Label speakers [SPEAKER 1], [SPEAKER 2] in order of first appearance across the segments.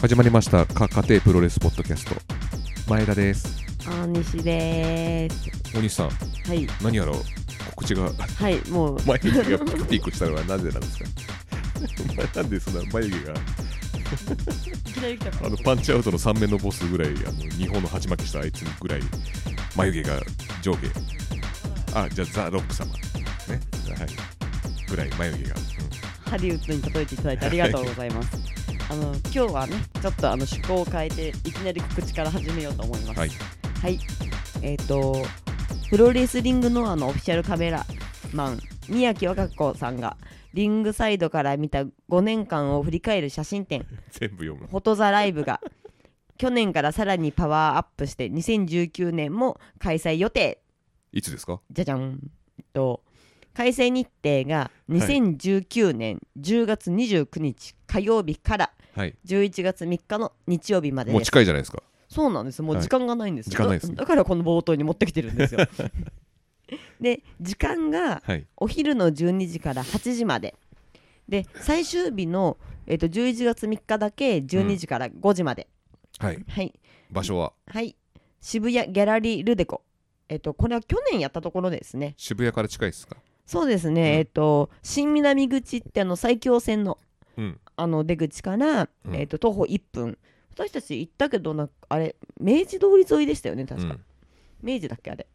[SPEAKER 1] 始まりましたか家庭プロレスポッドキャスト前田です
[SPEAKER 2] 大西です。
[SPEAKER 1] 大西さん
[SPEAKER 2] はい、
[SPEAKER 1] 何やら告知が
[SPEAKER 2] はい、もう、
[SPEAKER 1] 眉毛がピークしたのはなぜなんですかお前なんでそんな眉毛が
[SPEAKER 2] いきなり来た
[SPEAKER 1] あのパンチアウトの3面のボスぐらいあの日本の鉢巻きしたあいつぐらい眉毛が上下あじゃあザ・ロック様ねはいぐらい眉毛が、
[SPEAKER 2] ハリウッドに例えていただいてありがとうございます。あの、今日はね、ちょっとあの趣向を変えて、いきなり告知から始めようと思いま
[SPEAKER 1] うん
[SPEAKER 2] す。
[SPEAKER 1] はい
[SPEAKER 2] はい、えっ、と、プロレスリングノアのオフィシャルカメラマン、宮城若子さんが、リングサイドから見た5年間を振り返る写真 展、
[SPEAKER 1] 全部読む
[SPEAKER 2] フォトザライブが去年からさらにパワーアップして2019年も開催予定
[SPEAKER 1] いつですか
[SPEAKER 2] じゃじゃんえっと開催日程が2019年10月29日火曜日から
[SPEAKER 1] はい
[SPEAKER 2] 11月3日の日曜日まで
[SPEAKER 1] もう
[SPEAKER 2] です
[SPEAKER 1] 近いじゃないですか
[SPEAKER 2] そうなんですもう時間がないんですよ、
[SPEAKER 1] 時間ないですね
[SPEAKER 2] だだからこの冒頭に持ってきてるんです よで時間が
[SPEAKER 1] はい
[SPEAKER 2] お昼の12時から8時までで最終日の、えっと11月3日だけ12時から5時まで、
[SPEAKER 1] はい
[SPEAKER 2] はい
[SPEAKER 1] 場所は
[SPEAKER 2] はい渋谷ギャラリールデコえっとこれは去年やったところですね
[SPEAKER 1] 渋谷から近いですか
[SPEAKER 2] そうです
[SPEAKER 1] う
[SPEAKER 2] ね、
[SPEAKER 1] ん
[SPEAKER 2] えっと新南口ってあの埼京線の
[SPEAKER 1] うん
[SPEAKER 2] あの出口から、
[SPEAKER 1] うん
[SPEAKER 2] えっと徒歩1分私たち行ったけどなあれ明治通り沿いでしたよね確か、明治だっけあれ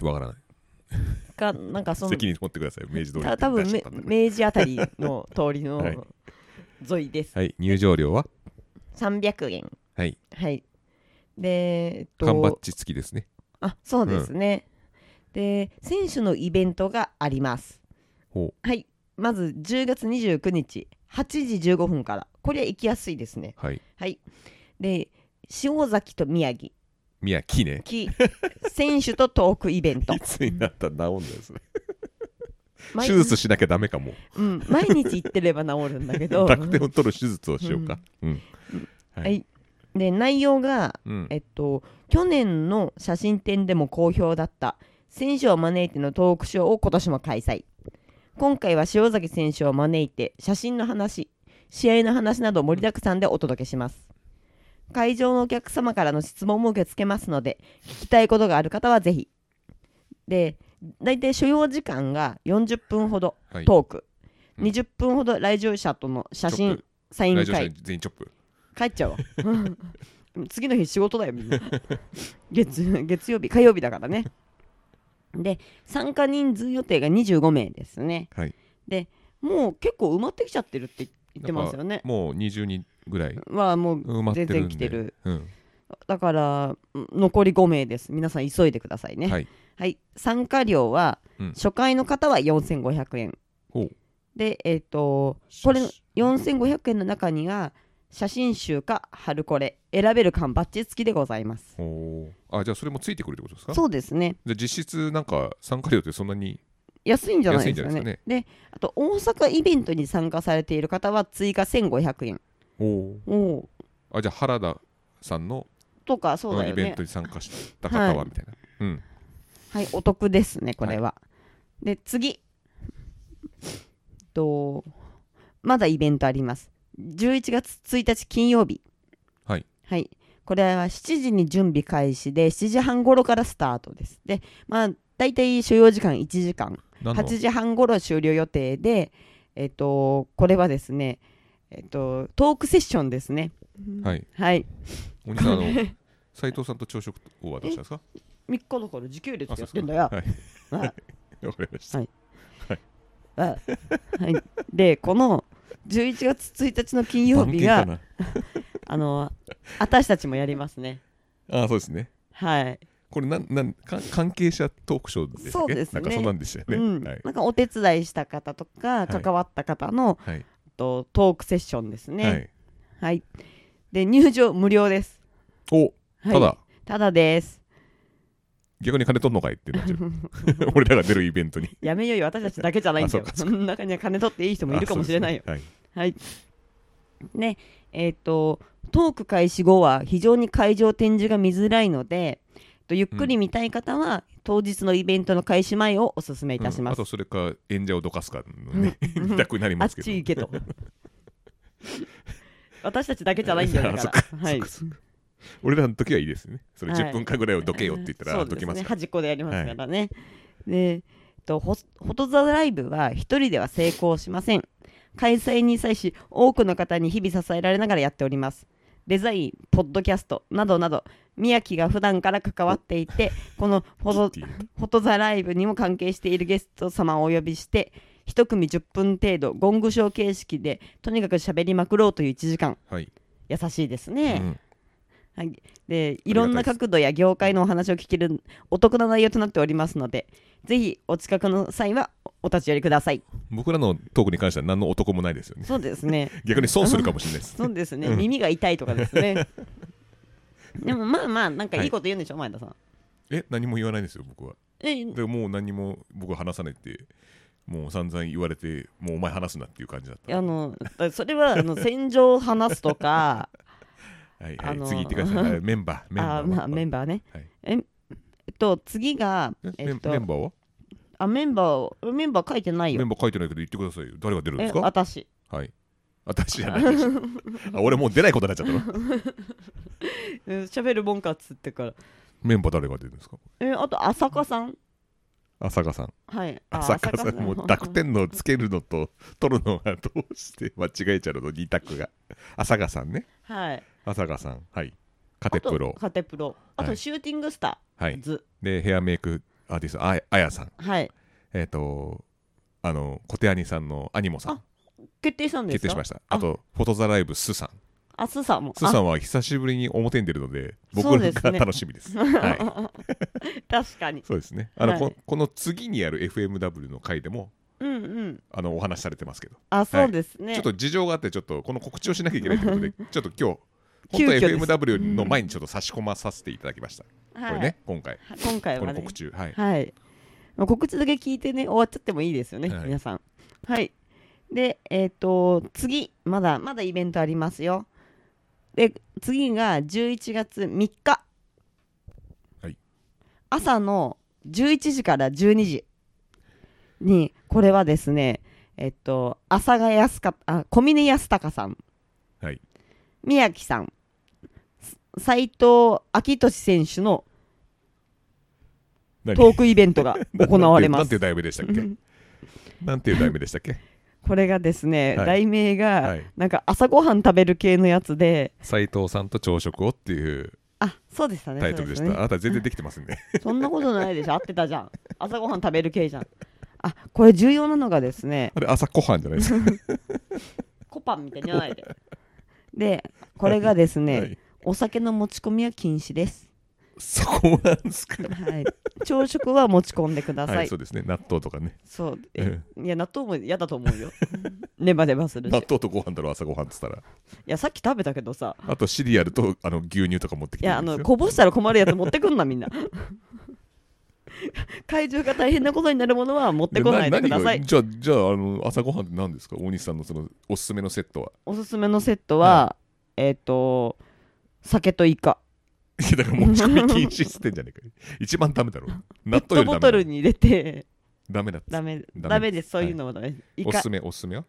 [SPEAKER 1] うん、わからない
[SPEAKER 2] かなんかその
[SPEAKER 1] 責任持ってください明治通り
[SPEAKER 2] た多分
[SPEAKER 1] 出しちゃ
[SPEAKER 2] め
[SPEAKER 1] ったんだ
[SPEAKER 2] 明治あたりの通り
[SPEAKER 1] はい
[SPEAKER 2] の沿いです、
[SPEAKER 1] はい入場料は
[SPEAKER 2] 300円
[SPEAKER 1] はい
[SPEAKER 2] はいでえっと
[SPEAKER 1] 缶バッジ付きですね
[SPEAKER 2] あそうですね、で選手のイベントがあります
[SPEAKER 1] ほ
[SPEAKER 2] はい、まず10月29日8時15分から、これは行きやすいですね。
[SPEAKER 1] うはい
[SPEAKER 2] はい、で塩崎と宮城
[SPEAKER 1] 宮城ね
[SPEAKER 2] き選手とトークイベント
[SPEAKER 1] いつになったら治んだよそれ
[SPEAKER 2] 毎
[SPEAKER 1] 手術しなきゃダメかも
[SPEAKER 2] うん、毎日行ってれば治るんだけ ど、
[SPEAKER 1] バク転を取る手術をしようかうんは
[SPEAKER 2] はいい、で内容が、
[SPEAKER 1] うん
[SPEAKER 2] えっと、去年の写真展でも好評だった選手を招いてのトークショーを今年も開催今回は塩崎選手を招いて写真の話試合の話など盛りだくさんでお届けします会場のお客様からの質問も受け付けますので聞きたいことがある方はぜひで大体所要時間が40分ほど
[SPEAKER 1] はい
[SPEAKER 2] トーク、
[SPEAKER 1] うん
[SPEAKER 2] 20分ほど来場者との写
[SPEAKER 1] チョッ
[SPEAKER 2] 真
[SPEAKER 1] プ
[SPEAKER 2] サイン
[SPEAKER 1] 来場
[SPEAKER 2] 会
[SPEAKER 1] 者全員チョップ
[SPEAKER 2] 帰っちゃうわうん次の日仕事だよみんな月月曜日火曜日だからねで参加人数予定が25名ですね
[SPEAKER 1] はい
[SPEAKER 2] もう結構埋まってきちゃってるって言ってますよね
[SPEAKER 1] もう20人ぐらい
[SPEAKER 2] はもう
[SPEAKER 1] 埋まって
[SPEAKER 2] 全
[SPEAKER 1] るん
[SPEAKER 2] 然
[SPEAKER 1] で
[SPEAKER 2] 来てる
[SPEAKER 1] うん
[SPEAKER 2] だからうん残り5名です皆さん急いでくださいね
[SPEAKER 1] は
[SPEAKER 2] はい、
[SPEAKER 1] い
[SPEAKER 2] 参加料は、
[SPEAKER 1] うん
[SPEAKER 2] 初回の方は4500円
[SPEAKER 1] ほう
[SPEAKER 2] でえっ、とこれ4500円の中には写真集か春これ選べる缶バッジ付きでございます
[SPEAKER 1] ほうあじゃあそれもついてくるってことですか
[SPEAKER 2] そうですね
[SPEAKER 1] じゃあ実質なんか参加料ってそんなに
[SPEAKER 2] 安いんじゃないですか
[SPEAKER 1] 安い
[SPEAKER 2] ね
[SPEAKER 1] んじゃないで
[SPEAKER 2] であと大阪イベントに参加されている方は追加1500円
[SPEAKER 1] ほ
[SPEAKER 2] おー
[SPEAKER 1] うあじゃあ原田さんの
[SPEAKER 2] とかそうだ
[SPEAKER 1] イ
[SPEAKER 2] よ
[SPEAKER 1] ベン
[SPEAKER 2] ね
[SPEAKER 1] トに参加した方はみたいなうん
[SPEAKER 2] はいお得ですねこれは、で次とまだイベントあります11月1日金曜日
[SPEAKER 1] はい
[SPEAKER 2] はいこれは7時に準備開始で7時半頃からスタートですでまあ大体所要時間1時間
[SPEAKER 1] 何の
[SPEAKER 2] 8時半ごろ終了予定で、えっとこれはですね、えっとトークセッションですね。
[SPEAKER 1] はい
[SPEAKER 2] はい、
[SPEAKER 1] お兄さん あの斉藤さんと朝食を渡したんですか
[SPEAKER 2] 3日だから時系列
[SPEAKER 1] あ
[SPEAKER 2] や
[SPEAKER 1] そう
[SPEAKER 2] っ
[SPEAKER 1] です
[SPEAKER 2] て
[SPEAKER 1] か
[SPEAKER 2] んだよ。
[SPEAKER 1] はい
[SPEAKER 2] はい
[SPEAKER 1] わかりました
[SPEAKER 2] はいはいでこの11月1日の金曜
[SPEAKER 1] 番
[SPEAKER 2] 日
[SPEAKER 1] 犬か
[SPEAKER 2] が
[SPEAKER 1] な
[SPEAKER 2] あの私たちもやりますね。
[SPEAKER 1] あそうですね
[SPEAKER 2] はい、
[SPEAKER 1] これなんなんか関係者トークショーでしたっけ
[SPEAKER 2] そうですね
[SPEAKER 1] なんかそんなんでしたよね、
[SPEAKER 2] うん
[SPEAKER 1] はい、
[SPEAKER 2] なんかお手伝いした方とか
[SPEAKER 1] い
[SPEAKER 2] 関わった方の、
[SPEAKER 1] はい
[SPEAKER 2] とトークセッションですね。
[SPEAKER 1] は
[SPEAKER 2] はい、
[SPEAKER 1] い、
[SPEAKER 2] で入場無料です。
[SPEAKER 1] お
[SPEAKER 2] はい、
[SPEAKER 1] ただ、
[SPEAKER 2] ただです。
[SPEAKER 1] 逆に金取んのかいってなっちゃう 俺らが出るイベントに
[SPEAKER 2] やめようよ私たちだけじゃないんだよ
[SPEAKER 1] あ。
[SPEAKER 2] その中には金取っていい人もいるかもしれないよ。
[SPEAKER 1] あそうです
[SPEAKER 2] はい。ね、えっ、と、トーク開始後は非常に会場展示が見づらいので、とゆっくり見たい方は、当日のイベントの開始前をお勧めい
[SPEAKER 1] ねはい
[SPEAKER 2] たしま
[SPEAKER 1] うんあ
[SPEAKER 2] す。
[SPEAKER 1] とそれか 演者をどかすかのね、二択になり
[SPEAKER 2] あ
[SPEAKER 1] ま
[SPEAKER 2] っ
[SPEAKER 1] すけど
[SPEAKER 2] ち行けと。私たちだけじゃないんだよだか
[SPEAKER 1] あそ
[SPEAKER 2] ら
[SPEAKER 1] っか
[SPEAKER 2] はい
[SPEAKER 1] そっかそっか俺らの時はいいですねそれ
[SPEAKER 2] はい
[SPEAKER 1] 10分間ぐらいをどけよって言った
[SPEAKER 2] そ
[SPEAKER 1] ら
[SPEAKER 2] うで
[SPEAKER 1] ど
[SPEAKER 2] す
[SPEAKER 1] けます
[SPEAKER 2] ね
[SPEAKER 1] から
[SPEAKER 2] 端っこでやりますからね、でえっとホスフォトザライブは一人では成功しません開催に際し多くの方に日々支えられながらやっておりますデザインポッドキャストなどなど宮城が普段から関わってい てこのフォト
[SPEAKER 1] って言え
[SPEAKER 2] フォトザライブにも関係しているゲスト様をお呼びして一組10分程度ゴングショー形式でとにかく喋りまくろうという1時間
[SPEAKER 1] たはい、
[SPEAKER 2] 優しいです
[SPEAKER 1] う
[SPEAKER 2] ね、
[SPEAKER 1] ん
[SPEAKER 2] はい、でい
[SPEAKER 1] りがたいです
[SPEAKER 2] ろんな角度や業界のお話を聞けるお得な内容となっておりますのでぜひお近くの際はお立ち寄りください
[SPEAKER 1] 僕らのトークに関しては何の男もないですよ ね
[SPEAKER 2] そうですね
[SPEAKER 1] 逆に損するかもしれないです
[SPEAKER 2] そうですね耳が痛いとかです ねでもまあまあなんか
[SPEAKER 1] はい
[SPEAKER 2] いいこと言うんでしょ、前田さん
[SPEAKER 1] え何も言わないですよ僕は
[SPEAKER 2] え
[SPEAKER 1] でもう何も僕は話さないってもう散々言われてもうお前話すなっていう感じだった
[SPEAKER 2] あのだそれはあの戦場を話すとか
[SPEAKER 1] はいは
[SPEAKER 2] あ
[SPEAKER 1] い、
[SPEAKER 2] のー
[SPEAKER 1] 次行ってくださ いはいメンバー メン
[SPEAKER 2] あ
[SPEAKER 1] バー
[SPEAKER 2] ーま
[SPEAKER 1] は
[SPEAKER 2] あメンバーね、
[SPEAKER 1] はい
[SPEAKER 2] ええっと次が
[SPEAKER 1] え
[SPEAKER 2] えっ
[SPEAKER 1] メンメ
[SPEAKER 2] と
[SPEAKER 1] ンバーは
[SPEAKER 2] あメンバーをメンバー書いてない
[SPEAKER 1] メ
[SPEAKER 2] よ
[SPEAKER 1] ンバー書いてないけど言ってくださいよ誰が出るんで
[SPEAKER 2] え
[SPEAKER 1] すか
[SPEAKER 2] 私
[SPEAKER 1] はい私じゃない ですあ俺もう出ないことになっちゃったの
[SPEAKER 2] うん喋るもんかっつってから
[SPEAKER 1] メンバー誰が出るんですか
[SPEAKER 2] えあと浅香さん
[SPEAKER 1] 浅香さん
[SPEAKER 2] はい。あ
[SPEAKER 1] 浅香さん
[SPEAKER 2] 朝霞
[SPEAKER 1] もう濁点のつけるのと取るのがどうして間違えちゃうのと二択が浅香さんね
[SPEAKER 2] はい。
[SPEAKER 1] 浅香さんはいカテプロ
[SPEAKER 2] あとカテプロ。あ
[SPEAKER 1] は
[SPEAKER 2] と
[SPEAKER 1] い
[SPEAKER 2] シューティングスタ
[SPEAKER 1] は
[SPEAKER 2] ー
[SPEAKER 1] い
[SPEAKER 2] ズ。
[SPEAKER 1] でヘアメイクアーティストあやあやさん
[SPEAKER 2] はい。
[SPEAKER 1] えっ、とあの小手兄さんのアニモさん
[SPEAKER 2] あ決定したんで
[SPEAKER 1] 決
[SPEAKER 2] す
[SPEAKER 1] 定し
[SPEAKER 2] か
[SPEAKER 1] ましたあとフォトザライブスさん
[SPEAKER 2] あ、スさんも。
[SPEAKER 1] スさんは久しぶりに表に出るので僕
[SPEAKER 2] そうです
[SPEAKER 1] が
[SPEAKER 2] ね
[SPEAKER 1] 楽しみです。はい、
[SPEAKER 2] あ確か に。
[SPEAKER 1] そうですね。あの、
[SPEAKER 2] はい
[SPEAKER 1] ここの次にやる FMW の回でも
[SPEAKER 2] うんうん。
[SPEAKER 1] あのお話しされてますけど、
[SPEAKER 2] あ、そうですね。
[SPEAKER 1] ちょっと事情があってちょっとこの告知をしなきゃいけないということでちょっと今 日。本
[SPEAKER 2] 急
[SPEAKER 1] 当は
[SPEAKER 2] 遽です
[SPEAKER 1] FMW の前にちょっと差し込まさせていただきました。
[SPEAKER 2] はい
[SPEAKER 1] これね、今回、
[SPEAKER 2] はい今回
[SPEAKER 1] こ
[SPEAKER 2] は
[SPEAKER 1] の
[SPEAKER 2] ね
[SPEAKER 1] 告。知、はい、
[SPEAKER 2] はい。まあ告知だけ聞いてね、終わっちゃってもいいですよね、
[SPEAKER 1] はい
[SPEAKER 2] 皆さん。はい。で、えっ、と、次、まだ、まだイベントありますよ。で、次が11月3日。
[SPEAKER 1] はい
[SPEAKER 2] 朝の11時から12時に、これはですね、えっ、と、朝が安か、あ、小峰安隆さん。
[SPEAKER 1] はい。
[SPEAKER 2] 宮城さん。斎藤明俊選手の
[SPEAKER 1] 何
[SPEAKER 2] トークイベントが行われま
[SPEAKER 1] なんて
[SPEAKER 2] す
[SPEAKER 1] いう。題名でしたっけ？なんていう題名でした っけ？
[SPEAKER 2] これがですね、
[SPEAKER 1] はい
[SPEAKER 2] 題名が、
[SPEAKER 1] はい
[SPEAKER 2] なんか朝ごはん食べる系のやつで、
[SPEAKER 1] 斉藤さんと朝食をっていう
[SPEAKER 2] あそうでしたね、
[SPEAKER 1] タイトルでした。
[SPEAKER 2] そう
[SPEAKER 1] あ
[SPEAKER 2] ね
[SPEAKER 1] なた全然できてますね。
[SPEAKER 2] そんなことないでしょ、合ってたじゃん、朝ごはん食べる系じゃん。あこれ、重要なのがですね、
[SPEAKER 1] あれ朝ごはんじゃないですか？
[SPEAKER 2] コパンみたいに言わないで。で、これがですね、
[SPEAKER 1] はい
[SPEAKER 2] お酒の持ち込みは禁止です。
[SPEAKER 1] そこなんですか？
[SPEAKER 2] はい、朝食は持ち込んでください。
[SPEAKER 1] はい、そ
[SPEAKER 2] そう
[SPEAKER 1] うですね。納豆とかね。
[SPEAKER 2] えいや、納豆も嫌だと思う よ。ネバネバするし。
[SPEAKER 1] 納
[SPEAKER 2] い
[SPEAKER 1] 豆とご飯だろ、朝ご飯っつったら。
[SPEAKER 2] や、さっき食べたけどさ、
[SPEAKER 1] あとシリアルとあの牛乳とか持って
[SPEAKER 2] い
[SPEAKER 1] きて
[SPEAKER 2] やあ
[SPEAKER 1] るんです
[SPEAKER 2] の
[SPEAKER 1] よ。
[SPEAKER 2] こぼしたら困るやつ持ってくんな みんな会場が大変なことになるものは持ってこないでくださ
[SPEAKER 1] 何
[SPEAKER 2] い
[SPEAKER 1] がじゃあ、じゃあ、あの朝ごはんって何ですか大西さんのそのおすすめのセットは。
[SPEAKER 2] おすすめのセットは、えっ、と酒とイカ
[SPEAKER 1] いや、だから持ち込み禁止っつってんじゃねえかよ。一番ダメだろ。
[SPEAKER 2] ペッ
[SPEAKER 1] 納
[SPEAKER 2] ト
[SPEAKER 1] 豆より
[SPEAKER 2] ボ
[SPEAKER 1] ダ
[SPEAKER 2] ト
[SPEAKER 1] メ
[SPEAKER 2] ル
[SPEAKER 1] だ。
[SPEAKER 2] に入れて
[SPEAKER 1] ダメだっつ
[SPEAKER 2] ダメ
[SPEAKER 1] ダメ
[SPEAKER 2] ダメですそういうのはダメ、イ
[SPEAKER 1] お
[SPEAKER 2] カ
[SPEAKER 1] すすめ、おすすめは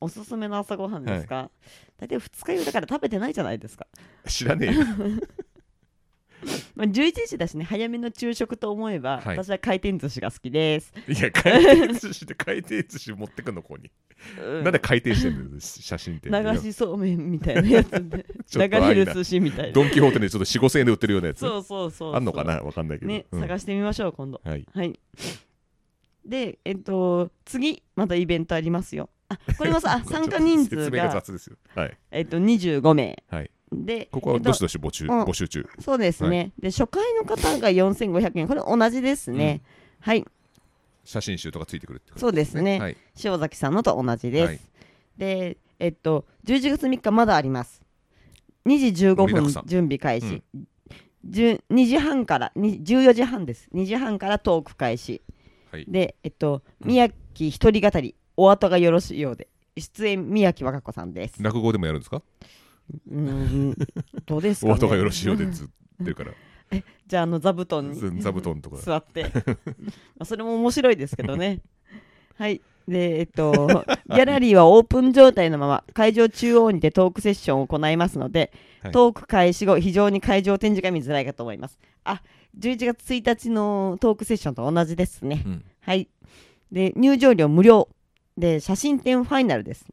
[SPEAKER 2] おすすめの朝ごはんですか、大体2日酔いだから食べてないじゃないですか、
[SPEAKER 1] 知らねえよ。
[SPEAKER 2] まあ、11時だしね早めの昼食と思えば、
[SPEAKER 1] はい
[SPEAKER 2] 私は回転寿司が好きです、
[SPEAKER 1] いや、回転寿司で回転寿司持ってくんの、ここに。
[SPEAKER 2] うん
[SPEAKER 1] なんで回転してんのよ、写真って。
[SPEAKER 2] 流しそうめんみたいなやつ で
[SPEAKER 1] ちょ
[SPEAKER 2] 流
[SPEAKER 1] っとあ
[SPEAKER 2] れ
[SPEAKER 1] り
[SPEAKER 2] る
[SPEAKER 1] な
[SPEAKER 2] 寿司みたいな
[SPEAKER 1] ドン・キホーテでちょっと4、5千円で売ってるようなやつ。
[SPEAKER 2] そうそうそうそう
[SPEAKER 1] あんのかなわかんないけど。
[SPEAKER 2] ね、
[SPEAKER 1] うん
[SPEAKER 2] 探してみましょう今度
[SPEAKER 1] はい。
[SPEAKER 2] はいでえっと次またイベントありますよあこれも さ参加人数
[SPEAKER 1] 説明が
[SPEAKER 2] が
[SPEAKER 1] 雑ですよ。はい。
[SPEAKER 2] えっと25名
[SPEAKER 1] はい。
[SPEAKER 2] で
[SPEAKER 1] ここはどしどし募集、
[SPEAKER 2] うん
[SPEAKER 1] 募集中。
[SPEAKER 2] そうですね、
[SPEAKER 1] は
[SPEAKER 2] で初回の方が4500円これ同じですね、はい
[SPEAKER 1] 写真集とかついてくるってこと
[SPEAKER 2] そうですね
[SPEAKER 1] はい。
[SPEAKER 2] 塩崎さんのと同じです、
[SPEAKER 1] はい
[SPEAKER 2] でえっと11月3日まだあります2時15
[SPEAKER 1] 盛りだくさ
[SPEAKER 2] 分
[SPEAKER 1] ん
[SPEAKER 2] 準備開始、10 2時半からに14時半です2時半からトーク開始
[SPEAKER 1] はい。
[SPEAKER 2] で、えっと、
[SPEAKER 1] うん
[SPEAKER 2] 宮城一人語り、お後がよろしいようで、出演宮城和歌子さんです。
[SPEAKER 1] 落語でもやるんですか
[SPEAKER 2] うーん、どうですか、
[SPEAKER 1] お
[SPEAKER 2] ね。
[SPEAKER 1] 後がよろしいようでつってるから、
[SPEAKER 2] じゃあ、あの座布団に
[SPEAKER 1] ず座布団とか。
[SPEAKER 2] 座って、まあ、それも面白いですけどね。はい、で、えっと、 ギャラリーはオープン状態のまま、会場中央にてトークセッションを行いますので、
[SPEAKER 1] はい
[SPEAKER 2] トーク開始後、非常に会場展示が見づらいかと思います。あ、11月1日のトークセッションと同じですね。
[SPEAKER 1] うん
[SPEAKER 2] はい。で、入場料無料。で、写真展ファイナルです。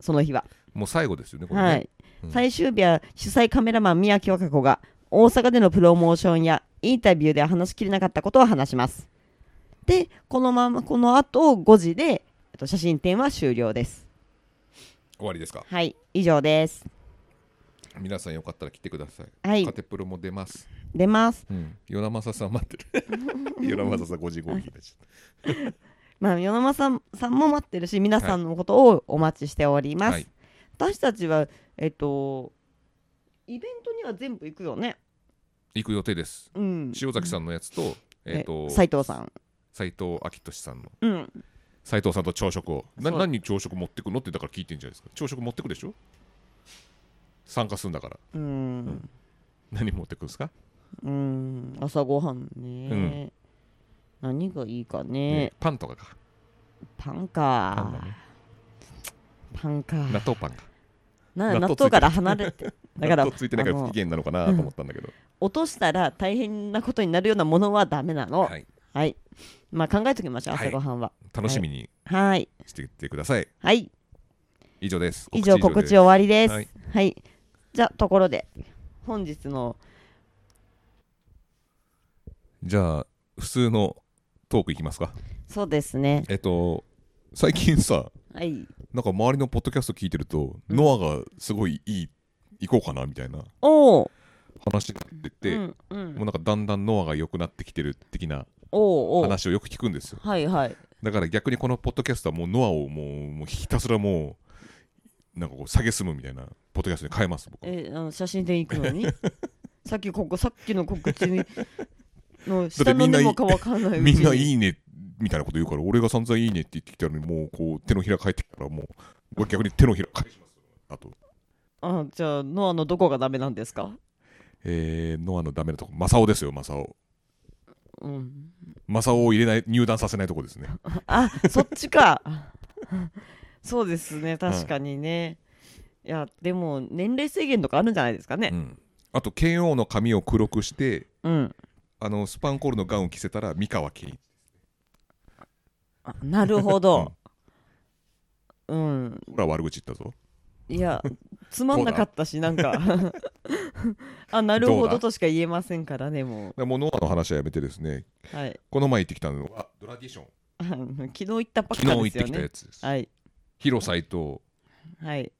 [SPEAKER 2] その日は。
[SPEAKER 1] もう最後ですよね、これね。
[SPEAKER 2] はい。
[SPEAKER 1] うん
[SPEAKER 2] 最終日は主催カメラマン宮城和歌子が、大阪でのプロモーションやインタビューで話しきれなかったことを話します。で、このまま、この後5時で、えっと写真展は終了です。
[SPEAKER 1] 終わりですか。
[SPEAKER 2] はい、以上です。
[SPEAKER 1] 皆さんよかったら来てください。
[SPEAKER 2] はい
[SPEAKER 1] カ、テプロも出ます。
[SPEAKER 2] 出ます。
[SPEAKER 1] うん。与那正さん待って る。与那正さん5時5分になっちゃっ
[SPEAKER 2] まあ、与那間さんさんも待ってるし、皆さんのことをお待ちしており
[SPEAKER 1] た。
[SPEAKER 2] ます。。私たちは、えっと、イベントには全部行くよね。
[SPEAKER 1] 行く予定です。
[SPEAKER 2] うん。
[SPEAKER 1] 塩崎さんのやつと、えっと、
[SPEAKER 2] 斉藤さん。
[SPEAKER 1] 斉藤明俊さんの。
[SPEAKER 2] うん。
[SPEAKER 1] 斉藤さんと朝食を。な
[SPEAKER 2] そう
[SPEAKER 1] 何に朝食持ってくのってだから聞いてんじゃないですか。朝食持ってくでしょ参加するんだから。
[SPEAKER 2] うん。
[SPEAKER 1] 何持ってくんですか
[SPEAKER 2] うん。朝ごはんね。何がいいかね。
[SPEAKER 1] ねパンとかか。
[SPEAKER 2] パン
[SPEAKER 1] パ
[SPEAKER 2] か
[SPEAKER 1] ン。だね。
[SPEAKER 2] パンか。
[SPEAKER 1] 納豆パンか。
[SPEAKER 2] な納
[SPEAKER 1] 納豆ついて
[SPEAKER 2] 豆
[SPEAKER 1] る
[SPEAKER 2] から離れ て。だか
[SPEAKER 1] 納
[SPEAKER 2] ら、
[SPEAKER 1] 豆ついてないから
[SPEAKER 2] あ
[SPEAKER 1] 不
[SPEAKER 2] の
[SPEAKER 1] 機嫌なのかなと思ったんだけど。
[SPEAKER 2] 落としたら大変なことになるようなものはダメなの。
[SPEAKER 1] はい。
[SPEAKER 2] はい。まあ考えときましょう、
[SPEAKER 1] はい
[SPEAKER 2] 朝ごはんは。
[SPEAKER 1] 楽しみに
[SPEAKER 2] はい。
[SPEAKER 1] していってください。
[SPEAKER 2] はい。
[SPEAKER 1] 以上です。
[SPEAKER 2] 以上、告知
[SPEAKER 1] を。
[SPEAKER 2] 終わりです。
[SPEAKER 1] は
[SPEAKER 2] はいい。じゃあ、ところで、本日の、
[SPEAKER 1] じゃあ、普通のトークいきますか。
[SPEAKER 2] そうですね。
[SPEAKER 1] えっと、最近さ、
[SPEAKER 2] はい。
[SPEAKER 1] なんか周りのポッドキャスト聞いてると、ノアがすごいいい、行こうかなみたいな
[SPEAKER 2] おー
[SPEAKER 1] 話になってて、
[SPEAKER 2] うんうん
[SPEAKER 1] もうなんかだんだんノアが良くなってきてる的な
[SPEAKER 2] おうおう
[SPEAKER 1] 話をよく聞くんですよ。
[SPEAKER 2] はいはい
[SPEAKER 1] だから逆にこのポッドキャストはもうノアをもうもうひたすらもう、なんかこう、下げすむみたいなポッドキャストに変えます、僕は。
[SPEAKER 2] えあの写真で行くの にさっきここさっきの告知にの
[SPEAKER 1] だって
[SPEAKER 2] 下の
[SPEAKER 1] みんな
[SPEAKER 2] 根もかわかんないうちに
[SPEAKER 1] みんないいねみたいなこと言うから、俺が散々いいねって言ってきたのに、もうこう手のひら返ってきたから、もう僕は逆に手のひら返しますよ。あと、
[SPEAKER 2] あじゃあノアのどこがダメなんですか
[SPEAKER 1] えー、ノアのダメなとこ、マサオですよ、マサオ。
[SPEAKER 2] うん
[SPEAKER 1] マサオを入れない、入団させないとこですね。
[SPEAKER 2] あそっちか そうですね確かにね、いやでも年齢制限とかあるんじゃないですか
[SPEAKER 1] う
[SPEAKER 2] ね
[SPEAKER 1] ん、あと、剣王の髪を黒くして、
[SPEAKER 2] うん、
[SPEAKER 1] あのスパンコールのガウンを着せたら、三河健一。
[SPEAKER 2] あなるほどうん
[SPEAKER 1] ほら、悪口言ったぞ。
[SPEAKER 2] いやつまんなかったしなんか あなるほ
[SPEAKER 1] どうだ
[SPEAKER 2] どとしか言えませんからねも
[SPEAKER 1] だからもうノアの話はやめてですね、
[SPEAKER 2] うはい
[SPEAKER 1] この前行ってきたのは、ドラディション。
[SPEAKER 2] あの 昨日行ったばっ
[SPEAKER 1] 昨
[SPEAKER 2] か
[SPEAKER 1] 日行
[SPEAKER 2] で
[SPEAKER 1] っ
[SPEAKER 2] す
[SPEAKER 1] て
[SPEAKER 2] よ
[SPEAKER 1] きたや
[SPEAKER 2] ね。
[SPEAKER 1] つです。
[SPEAKER 2] はい
[SPEAKER 1] ヒロサイと
[SPEAKER 2] はい。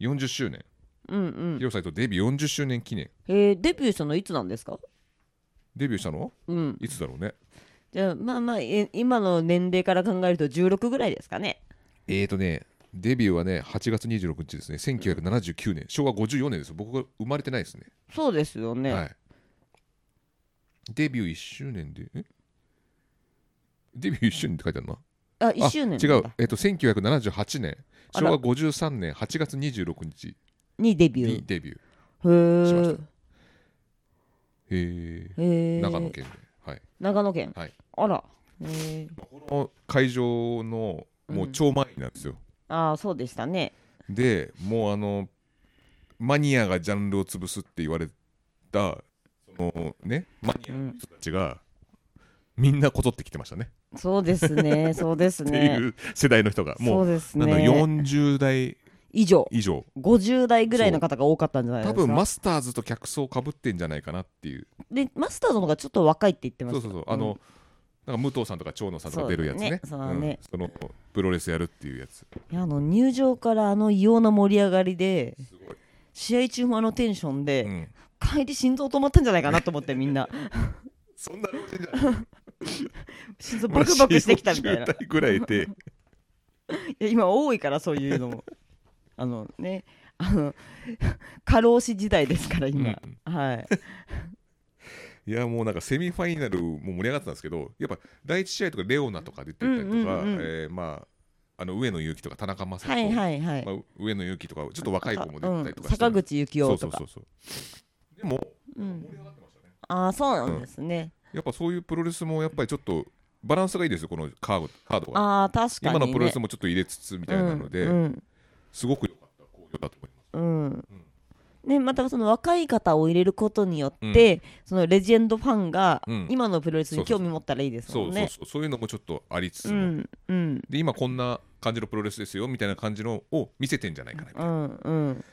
[SPEAKER 1] 40周年。
[SPEAKER 2] うんう
[SPEAKER 1] ヒ
[SPEAKER 2] ん。
[SPEAKER 1] ロサイとデビュー40周年記念。
[SPEAKER 2] えー、デビューしたのいつなんですか？
[SPEAKER 1] デビューしたの
[SPEAKER 2] うん。
[SPEAKER 1] いつだろうね。
[SPEAKER 2] じゃあまあまあえ今の年齢から考えると16ぐらいですかね。
[SPEAKER 1] えーとね、デビューはね、8月26日ですね、1979年、昭和54年ですよ、僕が生まれてないですね。
[SPEAKER 2] そうですよね。
[SPEAKER 1] はい、デビュー1周年で、えデビュー1周年って書いてあるな。
[SPEAKER 2] あ1周年
[SPEAKER 1] あ違う、えー、と1978年、
[SPEAKER 2] あ
[SPEAKER 1] 昭
[SPEAKER 2] ら
[SPEAKER 1] 和53年8月26日
[SPEAKER 2] にデビュ
[SPEAKER 1] にデビュ
[SPEAKER 2] ー。
[SPEAKER 1] ー。しま
[SPEAKER 2] へ
[SPEAKER 1] し
[SPEAKER 2] ー
[SPEAKER 1] たえ
[SPEAKER 2] へー
[SPEAKER 1] ー、長野県で。はい、
[SPEAKER 2] 長野県。
[SPEAKER 1] はい
[SPEAKER 2] あら。えー、
[SPEAKER 1] この会場のもう超満員なんですよ。
[SPEAKER 2] ああそうでしたね。
[SPEAKER 1] でもうあのマニアがジャンルを潰すって言われたそのねマニアの人たちが、みんなこぞってきてましたね
[SPEAKER 2] そうですね。 そうです
[SPEAKER 1] ってい
[SPEAKER 2] ね。
[SPEAKER 1] う世代の人が
[SPEAKER 2] そう
[SPEAKER 1] もう
[SPEAKER 2] です
[SPEAKER 1] なんだ
[SPEAKER 2] ね。
[SPEAKER 1] 40代
[SPEAKER 2] 以上
[SPEAKER 1] 以上
[SPEAKER 2] 50代ぐらいの方が多かったんじゃないで
[SPEAKER 1] 多
[SPEAKER 2] すか。
[SPEAKER 1] 分マスターズと客層かぶってんじゃないかなっていう
[SPEAKER 2] でマスターズの方がちょっと若いって言ってま
[SPEAKER 1] そ
[SPEAKER 2] した。
[SPEAKER 1] うそうそうあの、なんか武藤さんとか長野さんとか出るやつね
[SPEAKER 2] そうだねそうだね
[SPEAKER 1] うんそのプロレスやるっていうやつ
[SPEAKER 2] いやあの入場からあの異様な盛り上がりで試合中もあのテンションで、
[SPEAKER 1] うん
[SPEAKER 2] 帰り心臓止まったんじゃないかなと思ってみん な
[SPEAKER 1] そんなのじゃない
[SPEAKER 2] 心臓バクバクしてきたみたいな
[SPEAKER 1] 40代ぐらいで
[SPEAKER 2] いや今多いからそういうのも あのねあの過労死時代ですから今、 はい
[SPEAKER 1] いやもうなんかセミファイナルも盛り上がってたんですけどやっぱ第一試合とかレオナとか出てたりと
[SPEAKER 2] う
[SPEAKER 1] か、
[SPEAKER 2] んうんうん
[SPEAKER 1] えーまああの上野勇気とか田中将人、
[SPEAKER 2] はいはいはい、
[SPEAKER 1] まあ、上野勇気とかちょっと若い子も出てたりと
[SPEAKER 2] うん
[SPEAKER 1] かして、
[SPEAKER 2] 坂口幸
[SPEAKER 1] そ
[SPEAKER 2] 雄
[SPEAKER 1] うそ
[SPEAKER 2] と
[SPEAKER 1] う
[SPEAKER 2] か
[SPEAKER 1] そうそうでも
[SPEAKER 2] うんああそうなんですね、
[SPEAKER 1] やっぱそういうプロレスもやっぱりちょっとバランスがいいですよこのカードカードは
[SPEAKER 2] ああ確かに、ね、
[SPEAKER 1] 今のプロレスもちょっと入れつつみたいなので、
[SPEAKER 2] うん
[SPEAKER 1] すごく良かった工業だと思います
[SPEAKER 2] うんうんね、またその若い方を入れることによって、そのレジェンドファンが
[SPEAKER 1] うん
[SPEAKER 2] 今のプロレスに興味持ったらいいです
[SPEAKER 1] そ
[SPEAKER 2] もん
[SPEAKER 1] うそう
[SPEAKER 2] ね。
[SPEAKER 1] そうそういうのもちょっとありつつ
[SPEAKER 2] う
[SPEAKER 1] も、
[SPEAKER 2] んうん
[SPEAKER 1] で今こんな感じのプロレスですよみたいな感じのを見せてんじゃないかな、
[SPEAKER 2] う
[SPEAKER 1] だ
[SPEAKER 2] んうん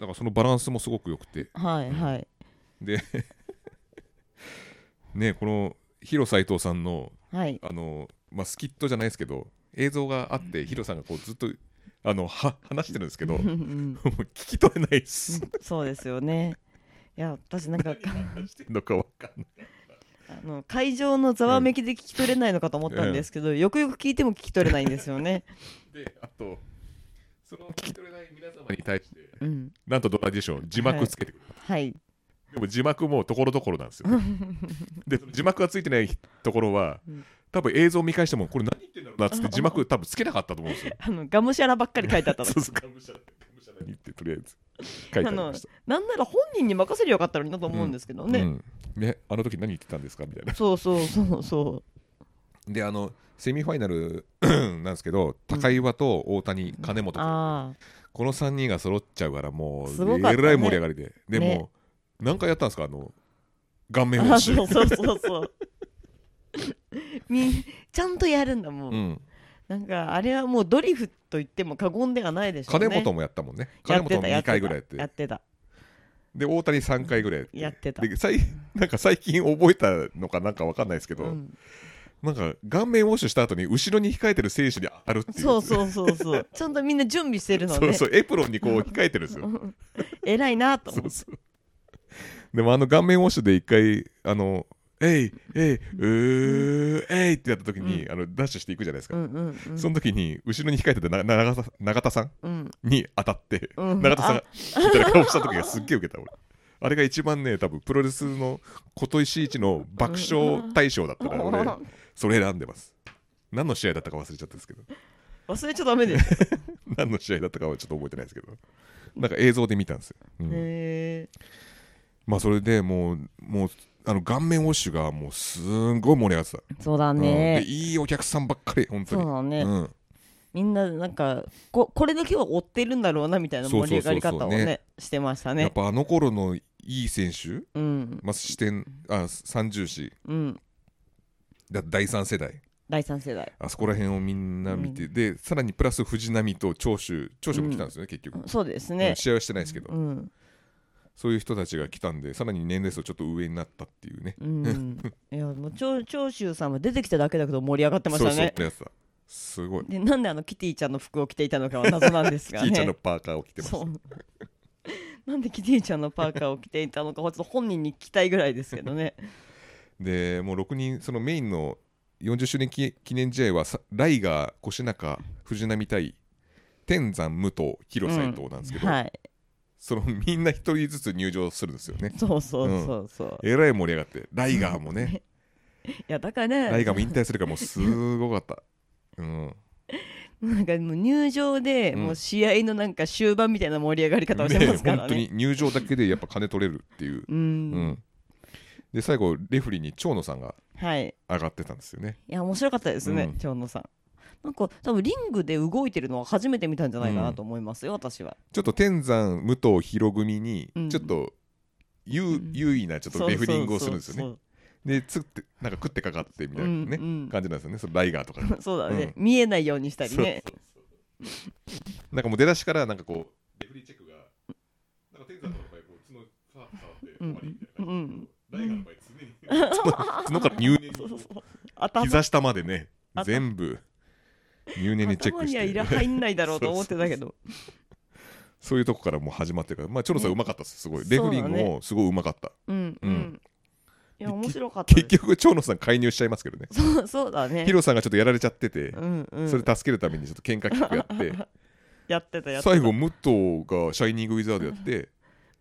[SPEAKER 1] からそのバランスもすごく良くて
[SPEAKER 2] はいはい
[SPEAKER 1] で ねこのヒロ斎藤さんの
[SPEAKER 2] はい
[SPEAKER 1] あの、まあ、スキットじゃないですけど映像があってヒロさんがこうずっとあのは話してるんですけども
[SPEAKER 2] う
[SPEAKER 1] うん
[SPEAKER 2] うん
[SPEAKER 1] 聞き取れないっす
[SPEAKER 2] そうですよね。いや私なんか
[SPEAKER 1] 何してんのかわかんない
[SPEAKER 2] あの会場のざわめきで聞き取れないのかと思ったんですけど、よくよく聞いても聞き取れないんですよね。
[SPEAKER 1] であとその聞き取れない皆様に対して
[SPEAKER 2] うん、
[SPEAKER 1] なんとドラディション字幕つけてくる、
[SPEAKER 2] はい
[SPEAKER 1] でも字幕もところどころなんですよ、ね、でその字幕がついてないところは
[SPEAKER 2] うん
[SPEAKER 1] 多分映像見返してもこれ何言ってんだろうなっつって字幕多分つけなかったと思うんで すよ
[SPEAKER 2] あのがむしゃらばっかり書いてあったの
[SPEAKER 1] そうそうがむしゃらがむしゃらにってとりあえず書いてありました
[SPEAKER 2] なんなら本人に任せりゃよかったのになと思うんですけどね。
[SPEAKER 1] うんねあの時何言ってたんですかみたいな
[SPEAKER 2] そうそうそうそ
[SPEAKER 1] であのセミファイナル なんですけど高岩と大谷、金
[SPEAKER 2] う。
[SPEAKER 1] 本
[SPEAKER 2] あ
[SPEAKER 1] この3人が揃っちゃうからもう
[SPEAKER 2] すごかったね
[SPEAKER 1] えらい盛り上がりででも、
[SPEAKER 2] ね
[SPEAKER 1] 何回やったんですかあの顔
[SPEAKER 2] ー
[SPEAKER 1] 面
[SPEAKER 2] あ
[SPEAKER 1] 押
[SPEAKER 2] ー、
[SPEAKER 1] し
[SPEAKER 2] そうそうそうそう。みちゃんとやるんだもん、
[SPEAKER 1] うん、
[SPEAKER 2] なんかあれはもうドリフと言っても過言ではないでしょうね
[SPEAKER 1] 金本もやったもんね金
[SPEAKER 2] やって
[SPEAKER 1] 本
[SPEAKER 2] た
[SPEAKER 1] も
[SPEAKER 2] やっ
[SPEAKER 1] 2
[SPEAKER 2] てた
[SPEAKER 1] 回ぐらいやって
[SPEAKER 2] やってた
[SPEAKER 1] で大谷3回ぐらいやって
[SPEAKER 2] やってた
[SPEAKER 1] でさいなんか最近覚えたのかなんかわかんないですけど、
[SPEAKER 2] うん
[SPEAKER 1] なんか顔面ウォッシュした後に後ろに控えてる選手に当たるっていう
[SPEAKER 2] そうそうそうそうちゃんとみんな準備してるの
[SPEAKER 1] そ
[SPEAKER 2] ね
[SPEAKER 1] うそうエプロンにこう控えてるんですよ
[SPEAKER 2] うん偉いなと
[SPEAKER 1] そ
[SPEAKER 2] 思
[SPEAKER 1] う
[SPEAKER 2] っ
[SPEAKER 1] そうでもあの顔面ウォッシュで一回あのえいえいうーえいってやった時に、あのダッシュしていくじゃないです
[SPEAKER 2] て。
[SPEAKER 1] か、
[SPEAKER 2] うんうんうん
[SPEAKER 1] その時に後ろに控えてたな長田さん永田さん
[SPEAKER 2] うん
[SPEAKER 1] に当たって、
[SPEAKER 2] うん
[SPEAKER 1] 永田さんがみたいな顔した時がすっげえウケた俺あれが一番ね多分プロレスの琴石一の爆笑大賞だったから俺それ選んでます何の試合だったか忘れちゃったんですけど
[SPEAKER 2] 忘れちゃダメです。
[SPEAKER 1] 何の試合だったかはちょっと覚えてないですけどなんか映像で見たんですよ、うん
[SPEAKER 2] へ
[SPEAKER 1] まあそれでもうもうあの顔面ウォッシュがもうすんごい盛り上がってた、
[SPEAKER 2] ーそうだ
[SPEAKER 1] うんで
[SPEAKER 2] ね。
[SPEAKER 1] いいお客さんばっかり本当
[SPEAKER 2] そ
[SPEAKER 1] に
[SPEAKER 2] うだ
[SPEAKER 1] う
[SPEAKER 2] ね。
[SPEAKER 1] ん、
[SPEAKER 2] みんななんかここれだけは追ってるんだろうなみたいな
[SPEAKER 1] そう
[SPEAKER 2] 盛り
[SPEAKER 1] そう
[SPEAKER 2] 上
[SPEAKER 1] そ
[SPEAKER 2] が
[SPEAKER 1] うそう
[SPEAKER 2] り方をねしてました
[SPEAKER 1] やっ
[SPEAKER 2] ね。
[SPEAKER 1] ぱあの頃のいい選手、
[SPEAKER 2] うん
[SPEAKER 1] まあ、視点あ三重視
[SPEAKER 2] うん。
[SPEAKER 1] だ第三世代
[SPEAKER 2] 第三世代。
[SPEAKER 1] あそこら辺をみんな見て、でさらにプラス藤波と長州長州も来たんですよね、結局、
[SPEAKER 2] そうです
[SPEAKER 1] うん
[SPEAKER 2] ね。
[SPEAKER 1] 試合はしてないですけど、
[SPEAKER 2] うん
[SPEAKER 1] そういう人たちが来たんでさらに年齢層ちょっと上になったっていうね
[SPEAKER 2] うん。いやもう長長州さんは出てきただけだけど盛り上がってまし
[SPEAKER 1] そう
[SPEAKER 2] た
[SPEAKER 1] そうっ
[SPEAKER 2] ね。
[SPEAKER 1] てやつだすごい、
[SPEAKER 2] でなんであのキティちゃんの服を着ていたのかは謎なんです
[SPEAKER 1] キ
[SPEAKER 2] が
[SPEAKER 1] ーちゃんの
[SPEAKER 2] ね。
[SPEAKER 1] パーカーを着てました
[SPEAKER 2] そうなんでキティちゃんのパーカーを着ていたのかちょっと本人に聞きたいぐらいですけどね。
[SPEAKER 1] でもう6人そのメインの40周年記記念試合はさライガー越中藤波対天山武藤広斎藤なんですけど、
[SPEAKER 2] はい。
[SPEAKER 1] そのみんな一人ずつ入場するんです よね
[SPEAKER 2] そうそうそうそう。
[SPEAKER 1] えらい盛り上がってライガー もね
[SPEAKER 2] いやだからね
[SPEAKER 1] ライガーも引退するからもうすごかったうん
[SPEAKER 2] なんかもう入場で、
[SPEAKER 1] うん
[SPEAKER 2] もう試合のなんか終盤みたいな盛り上がり方をして
[SPEAKER 1] ね
[SPEAKER 2] ますから
[SPEAKER 1] 本当
[SPEAKER 2] ね。
[SPEAKER 1] に入場だけでやっぱ金取れるっていう、
[SPEAKER 2] う
[SPEAKER 1] うん
[SPEAKER 2] ん、
[SPEAKER 1] で最後レフェリーに長野さんが
[SPEAKER 2] はい。い
[SPEAKER 1] 上がってたんですよね
[SPEAKER 2] や面白かったですね、
[SPEAKER 1] うん
[SPEAKER 2] 長野さん。なんか多分リングで動いてるのは初めて見たんじゃないかなと思いますよ、私は。
[SPEAKER 1] ちょっと天山武藤広組に
[SPEAKER 2] うん
[SPEAKER 1] ちょっと優,、
[SPEAKER 2] うん
[SPEAKER 1] 優位なちょっとレフェリングをするんですよね
[SPEAKER 2] ね。
[SPEAKER 1] でつってなんか食ってかかってみたいなね、
[SPEAKER 2] うんうん
[SPEAKER 1] 感じなんですよねそのライガーとか
[SPEAKER 2] そうだね、
[SPEAKER 1] う
[SPEAKER 2] 見えないようにしたりね。
[SPEAKER 1] そうそうそうなんかもう出だしからなんかこうレフェリーチェックがなんか天山の場合こう角さーッと触って終わりみたいな感じでライガーの場合常に角角から入念にこ
[SPEAKER 2] そううそうそう頭
[SPEAKER 1] 膝下までね
[SPEAKER 2] 頭
[SPEAKER 1] 全部入念にチェッ
[SPEAKER 2] 頭
[SPEAKER 1] クし
[SPEAKER 2] にはいら
[SPEAKER 1] て
[SPEAKER 2] 入んないだろうと思ってたけど。
[SPEAKER 1] そういうとこからもう始まってるからまあチョロさんうまかったですすごい
[SPEAKER 2] そうだ
[SPEAKER 1] レ
[SPEAKER 2] ね
[SPEAKER 1] フェリングもすごいうまかった、
[SPEAKER 2] うんう
[SPEAKER 1] うんん。
[SPEAKER 2] いや面白かった
[SPEAKER 1] 結
[SPEAKER 2] です。
[SPEAKER 1] 局長野さん介入しちゃいますけどね
[SPEAKER 2] そうそうだね
[SPEAKER 1] ヒ。ロさんがちょっとやられちゃってて
[SPEAKER 2] う、んうん。
[SPEAKER 1] それ助けるためにちょっと喧嘩キックやって
[SPEAKER 2] やってたやってた。
[SPEAKER 1] 最後武藤がシャイニングウィザードやって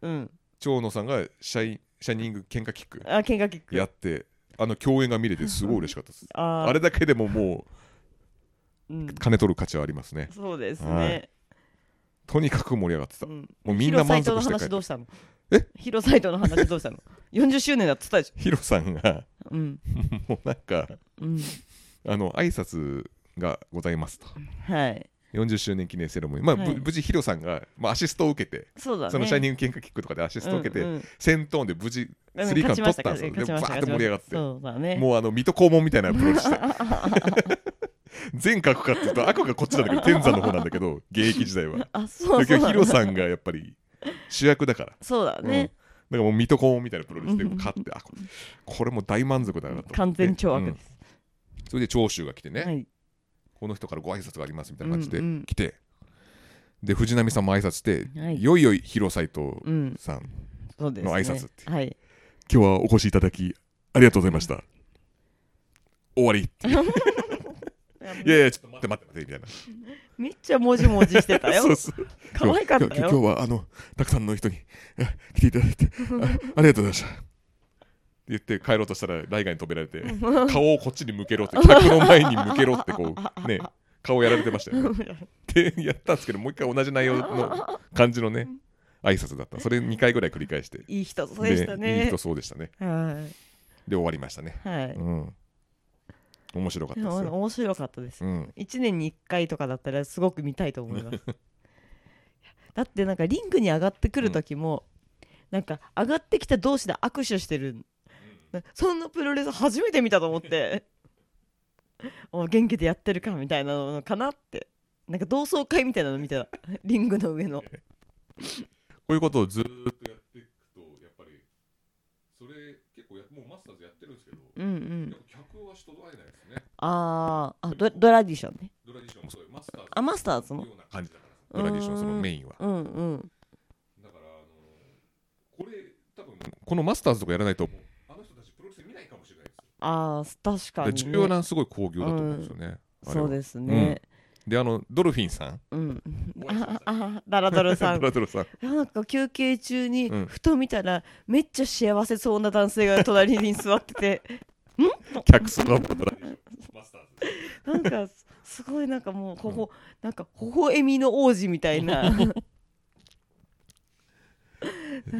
[SPEAKER 2] うん。
[SPEAKER 1] 長野さんがシャイシャイニング喧嘩キック
[SPEAKER 2] あ喧嘩キック。
[SPEAKER 1] やってあの共演が見れてすごい嬉しかったです
[SPEAKER 2] あー
[SPEAKER 1] あれだけでもも
[SPEAKER 2] うん
[SPEAKER 1] う、金取る価値はありますね
[SPEAKER 2] そうです
[SPEAKER 1] は
[SPEAKER 2] ね
[SPEAKER 1] い。とにかく盛り上がってた
[SPEAKER 2] うん
[SPEAKER 1] もうみんな
[SPEAKER 2] 広サイ
[SPEAKER 1] 満
[SPEAKER 2] ト
[SPEAKER 1] 足
[SPEAKER 2] の話
[SPEAKER 1] して帰って
[SPEAKER 2] どうしたの？
[SPEAKER 1] え？
[SPEAKER 2] 広サイトの話どうしたの？ 40周年だっつったでしょ
[SPEAKER 1] ヒロさんが
[SPEAKER 2] うん
[SPEAKER 1] もうなんか
[SPEAKER 2] うん
[SPEAKER 1] あの挨拶がございますと
[SPEAKER 2] はい
[SPEAKER 1] 40周年記念セレモニー、まあぶ
[SPEAKER 2] はい
[SPEAKER 1] 無事ヒロさんが、まあ、アシストを受けて
[SPEAKER 2] そうだね
[SPEAKER 1] そのシャイニング喧嘩キックとかでアシストを受けて、
[SPEAKER 2] うんうん
[SPEAKER 1] 先頭で無事
[SPEAKER 2] うん
[SPEAKER 1] スリーカン
[SPEAKER 2] 勝ちま
[SPEAKER 1] 取っ
[SPEAKER 2] した
[SPEAKER 1] んですよで
[SPEAKER 2] 勝ち
[SPEAKER 1] バ
[SPEAKER 2] ました
[SPEAKER 1] ーって盛り上がって
[SPEAKER 2] そうだね
[SPEAKER 1] もうあの水戸黄門みたいなアプローチして 全角かっていうと赤がこっちなんだけど天山の方なんだけど現役時代は
[SPEAKER 2] あそうそう
[SPEAKER 1] だけど
[SPEAKER 2] だ
[SPEAKER 1] ヒ
[SPEAKER 2] ね
[SPEAKER 1] ロさんがやっぱり主役だから
[SPEAKER 2] そうだ
[SPEAKER 1] うん、だ
[SPEAKER 2] ね、
[SPEAKER 1] からもう水戸黄門みたいなプロレスで
[SPEAKER 2] うん
[SPEAKER 1] 勝って、あこれこれもう大満足だなと思って
[SPEAKER 2] 完全懲悪
[SPEAKER 1] う
[SPEAKER 2] で
[SPEAKER 1] ん
[SPEAKER 2] す、
[SPEAKER 1] それで長州が来てね、
[SPEAKER 2] はい
[SPEAKER 1] この人からご挨拶がありますみたいな感じで
[SPEAKER 2] うんうん
[SPEAKER 1] 来て、で藤波さんも挨拶して、
[SPEAKER 2] はい
[SPEAKER 1] よいよい広斎藤
[SPEAKER 2] うん
[SPEAKER 1] さん
[SPEAKER 2] そうです、ね、
[SPEAKER 1] の挨拶って
[SPEAKER 2] はい
[SPEAKER 1] 今日はお越しいただきありがとうございました終わりっていやいやちょっと待って待って待ってみたいな
[SPEAKER 2] めっちゃもじもじしてたよ
[SPEAKER 1] そうそう
[SPEAKER 2] 可愛かった
[SPEAKER 1] 今日今日
[SPEAKER 2] よ
[SPEAKER 1] 今日はあのたくさんの人にえ来ていただいてあありがとうございましたって言って帰ろうとしたらライガーに止められて顔をこっちに向 けろって客の前に向けろってこうね顔やられてましたよねでやったんですけどもう一回同じ内容の感じのね挨拶だったそれ2回ぐらい繰り返して
[SPEAKER 2] いい人そうでした
[SPEAKER 1] でいい
[SPEAKER 2] ね
[SPEAKER 1] 人そうでしたね
[SPEAKER 2] は
[SPEAKER 1] で終わりましたね
[SPEAKER 2] いはい、
[SPEAKER 1] うん面白かった
[SPEAKER 2] で
[SPEAKER 1] です
[SPEAKER 2] も
[SPEAKER 1] よ、
[SPEAKER 2] 面白かったです
[SPEAKER 1] うん、
[SPEAKER 2] 1年に1回とかだったらすごく見たいと思います だってなんかリングに上がってくる時も、なんか上がってきた同士で握手してる、なそんなプロレス初めて見たと思って お元気でやってるかみたいなのかなってなんか同窓会みたいなの見 てたリングの上の
[SPEAKER 1] こういうことをずーっとやっていくとやっぱりそれ結構やもうマスターズやってるんですけど、
[SPEAKER 2] うんうん
[SPEAKER 1] っぱ客は人と会えないですね
[SPEAKER 2] あーあドドラディションね
[SPEAKER 1] ドラディションもそういうマスターズ
[SPEAKER 2] あマスターズ
[SPEAKER 1] の
[SPEAKER 2] も
[SPEAKER 1] ような感じだからドラディションそのメインは
[SPEAKER 2] うんうん
[SPEAKER 1] だからあのこれ多分このマスターズとかやらないとあの人たちプロレス見ないかもしれないですよ
[SPEAKER 2] ああ確か
[SPEAKER 1] だから
[SPEAKER 2] に、
[SPEAKER 1] 重要なすごい興行だと思うんですよね、あれ
[SPEAKER 2] そ
[SPEAKER 1] は
[SPEAKER 2] うですね、
[SPEAKER 1] であのドルフィンさん
[SPEAKER 2] うん、
[SPEAKER 1] お会いしま
[SPEAKER 2] あ
[SPEAKER 1] した
[SPEAKER 2] あダラドルさん
[SPEAKER 1] ドラドルさん
[SPEAKER 2] なんか休憩中に
[SPEAKER 1] うん
[SPEAKER 2] ふと見たらめっちゃ幸せそうな男性が隣に座って て
[SPEAKER 1] 客層がもうドラディションマスターズ
[SPEAKER 2] なんかすすごいなんかもうほほなんか微笑みの王子みたいな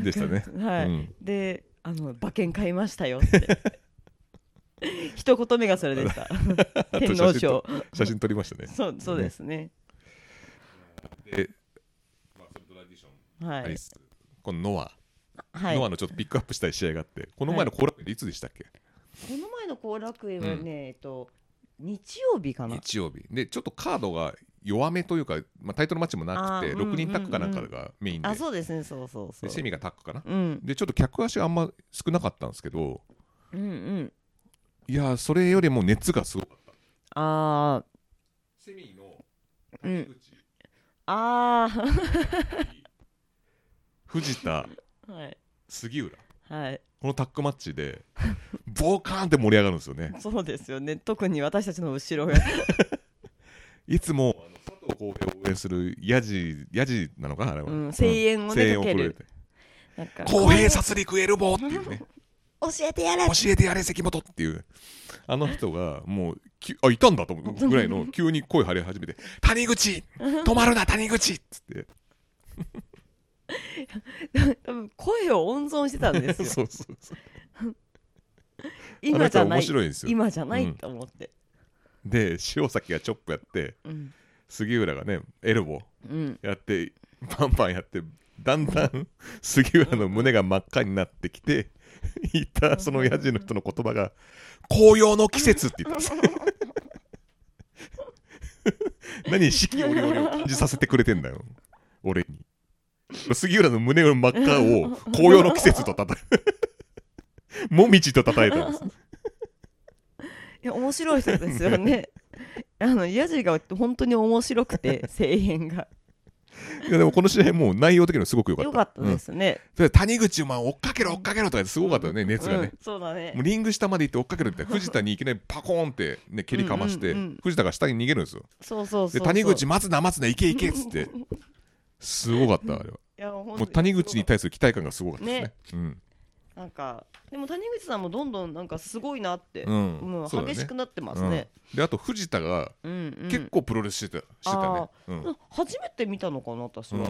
[SPEAKER 1] でしたね。
[SPEAKER 2] はい、
[SPEAKER 1] うん
[SPEAKER 2] であの馬券買いましたよって 一言目がそれで した天皇賞
[SPEAKER 1] 写真撮りましたね。
[SPEAKER 2] そうそうですね
[SPEAKER 1] で、まあ、それドラディション、
[SPEAKER 2] は
[SPEAKER 1] アリ
[SPEAKER 2] い、
[SPEAKER 1] ス、このノア、
[SPEAKER 2] はい、
[SPEAKER 1] ノア
[SPEAKER 2] こ
[SPEAKER 1] のちょっとピックアップしたい試合があって、この前の後楽園でいつでしたっけ、
[SPEAKER 2] の前の後楽園はね、
[SPEAKER 1] うん
[SPEAKER 2] えっと日曜日かな
[SPEAKER 1] 日曜日。で、ちょっとカードが弱めというか、まあ、タイトルマッチもなく
[SPEAKER 2] あー
[SPEAKER 1] て、
[SPEAKER 2] うん
[SPEAKER 1] 6人タッグかなんかがメインで、
[SPEAKER 2] あそうですねそうそうそ
[SPEAKER 1] で
[SPEAKER 2] う
[SPEAKER 1] セミがタッグかな。
[SPEAKER 2] うん
[SPEAKER 1] で、ちょっと客足があんま少なかったんですけど、
[SPEAKER 2] うんうん
[SPEAKER 1] いやー、それよりも熱がすごかった。
[SPEAKER 2] あ
[SPEAKER 1] セミの
[SPEAKER 2] ーうん
[SPEAKER 1] 口、
[SPEAKER 2] あー
[SPEAKER 1] 藤田、
[SPEAKER 2] はい。
[SPEAKER 1] 杉浦、
[SPEAKER 2] はい。
[SPEAKER 1] このタッグマッチで、ボーカーンって盛り上がるんですよね。
[SPEAKER 2] そうですよね。特に私たちの後ろが。
[SPEAKER 1] いつもあの佐藤浩平を応援するヤジヤジなのかあれは、
[SPEAKER 2] うん、声援をね、
[SPEAKER 1] 声
[SPEAKER 2] か
[SPEAKER 1] く
[SPEAKER 2] け
[SPEAKER 1] れ
[SPEAKER 2] る。
[SPEAKER 1] て
[SPEAKER 2] なんか
[SPEAKER 1] 浩平殺戮エルボーっていうね
[SPEAKER 2] 教えてやれ
[SPEAKER 1] 教えてやれ関本っていうあの人がもうきあいたんだと思うぐらい の急に声張り始めて「谷口止まるな谷口!」っつって
[SPEAKER 2] 多分声を温存してたん ですよ。
[SPEAKER 1] そうそうそう
[SPEAKER 2] 今じゃな
[SPEAKER 1] あの人面
[SPEAKER 2] い。
[SPEAKER 1] 白いんですよ
[SPEAKER 2] 今じゃな
[SPEAKER 1] う
[SPEAKER 2] い
[SPEAKER 1] ん
[SPEAKER 2] と思って。
[SPEAKER 1] で塩崎がチョップやって
[SPEAKER 2] うん。
[SPEAKER 1] 杉浦がねエルボー
[SPEAKER 2] うん。
[SPEAKER 1] やってパンパンやってだん だん杉浦の胸が真っ赤になってきていたそのヤジの人の言葉が「紅葉の季節」って言ったん です何四季折々を感じさせてくれてんだよ俺に杉浦の胸の真っ赤を紅葉の季節 とたたもみじとたたえたんです
[SPEAKER 2] いや、面白い人ですよ ね。あの、ヤジが本当に面白くて、声援が。
[SPEAKER 1] いやでもこの試合もう内容的にはすごく良かった
[SPEAKER 2] よかった
[SPEAKER 1] う
[SPEAKER 2] で
[SPEAKER 1] ん
[SPEAKER 2] すね。
[SPEAKER 1] それ谷口まあ追っかけろ追っかけろとかすごかったよね熱がね、
[SPEAKER 2] うんそうだね
[SPEAKER 1] もう。リング下まで行って追っかけるみたい な藤田にいきなりパコーンって、ね、蹴りかまして、
[SPEAKER 2] うんうんうん
[SPEAKER 1] 藤田が下に逃げるんですよ
[SPEAKER 2] そうそうそうそう。
[SPEAKER 1] で谷口。待つな待つな行け行けっつ ってすごかったあれはい
[SPEAKER 2] や、も
[SPEAKER 1] もう谷口に。対する期待感がすごかったですね
[SPEAKER 2] なんか、でも谷口さんもどんどんなんかすごいなって。
[SPEAKER 1] う
[SPEAKER 2] も
[SPEAKER 1] ん、うん
[SPEAKER 2] う
[SPEAKER 1] そうだ
[SPEAKER 2] 激しく
[SPEAKER 1] ね
[SPEAKER 2] なってますね。
[SPEAKER 1] うんであと藤田が
[SPEAKER 2] うんうん
[SPEAKER 1] 結構プロレスしてた,、してたね、
[SPEAKER 2] 初めて見たのかな私
[SPEAKER 1] うん
[SPEAKER 2] は、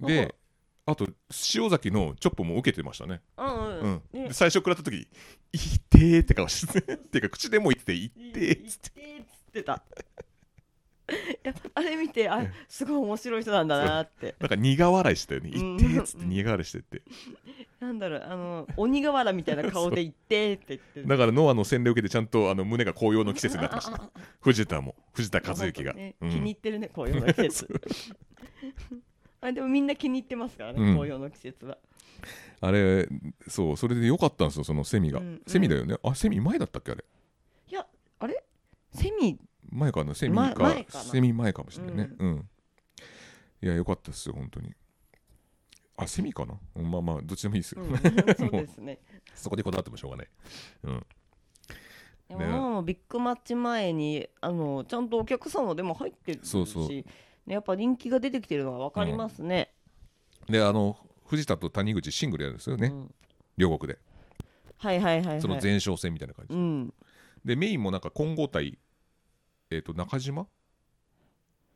[SPEAKER 1] うんであと塩崎のチョップも受けてましたね、
[SPEAKER 2] うんう
[SPEAKER 1] う
[SPEAKER 2] んん。ね
[SPEAKER 1] で最初食らった時「いってー」って顔して っていうか口でも言ってて「いってー」っつって
[SPEAKER 2] てっつってた。 いやあれ見てあ
[SPEAKER 1] うん
[SPEAKER 2] すごい面白い人なんだなって
[SPEAKER 1] なんか苦笑いしたよね「いって
[SPEAKER 2] うん
[SPEAKER 1] ー」っつって苦笑いしてって
[SPEAKER 2] なんだろうあの鬼瓦みたいな顔で言ってって言ってる
[SPEAKER 1] だからノアの洗礼を受けてちゃんとあの胸が紅葉の季節になってました藤田も藤田和之が、
[SPEAKER 2] ね
[SPEAKER 1] う
[SPEAKER 2] 気に入
[SPEAKER 1] ん、
[SPEAKER 2] ってるね紅葉の季 節 あでもみんな気に入ってますからね、
[SPEAKER 1] うん
[SPEAKER 2] 紅葉の季節は
[SPEAKER 1] あれそうそれでよかったんですよそのセミが、
[SPEAKER 2] うんうん
[SPEAKER 1] セミだよねあセミ前だったっけあれ
[SPEAKER 2] いやあれセミ
[SPEAKER 1] 前かなセミか,、
[SPEAKER 2] ま前かな
[SPEAKER 1] セミ前かもしれないねうん、いやよかったですよ本当にあセミかなうんまあまあどっちでもいいです
[SPEAKER 2] う
[SPEAKER 1] よ、
[SPEAKER 2] ん そうですね
[SPEAKER 1] そこでこだわってもしょうがない
[SPEAKER 2] でももうビッグマッチ前にあのちゃんとお客さんもでも入ってるし
[SPEAKER 1] そうそう
[SPEAKER 2] ね、やっぱ人気が出てきてるのが分かりますね、
[SPEAKER 1] であの藤田と谷口シングルやるんですよね、
[SPEAKER 2] うん
[SPEAKER 1] 両国で
[SPEAKER 2] はいはいはい、はい、
[SPEAKER 1] その前哨戦みたいな感じ、
[SPEAKER 2] うん
[SPEAKER 1] でメインもなんか混合対えっ、と中島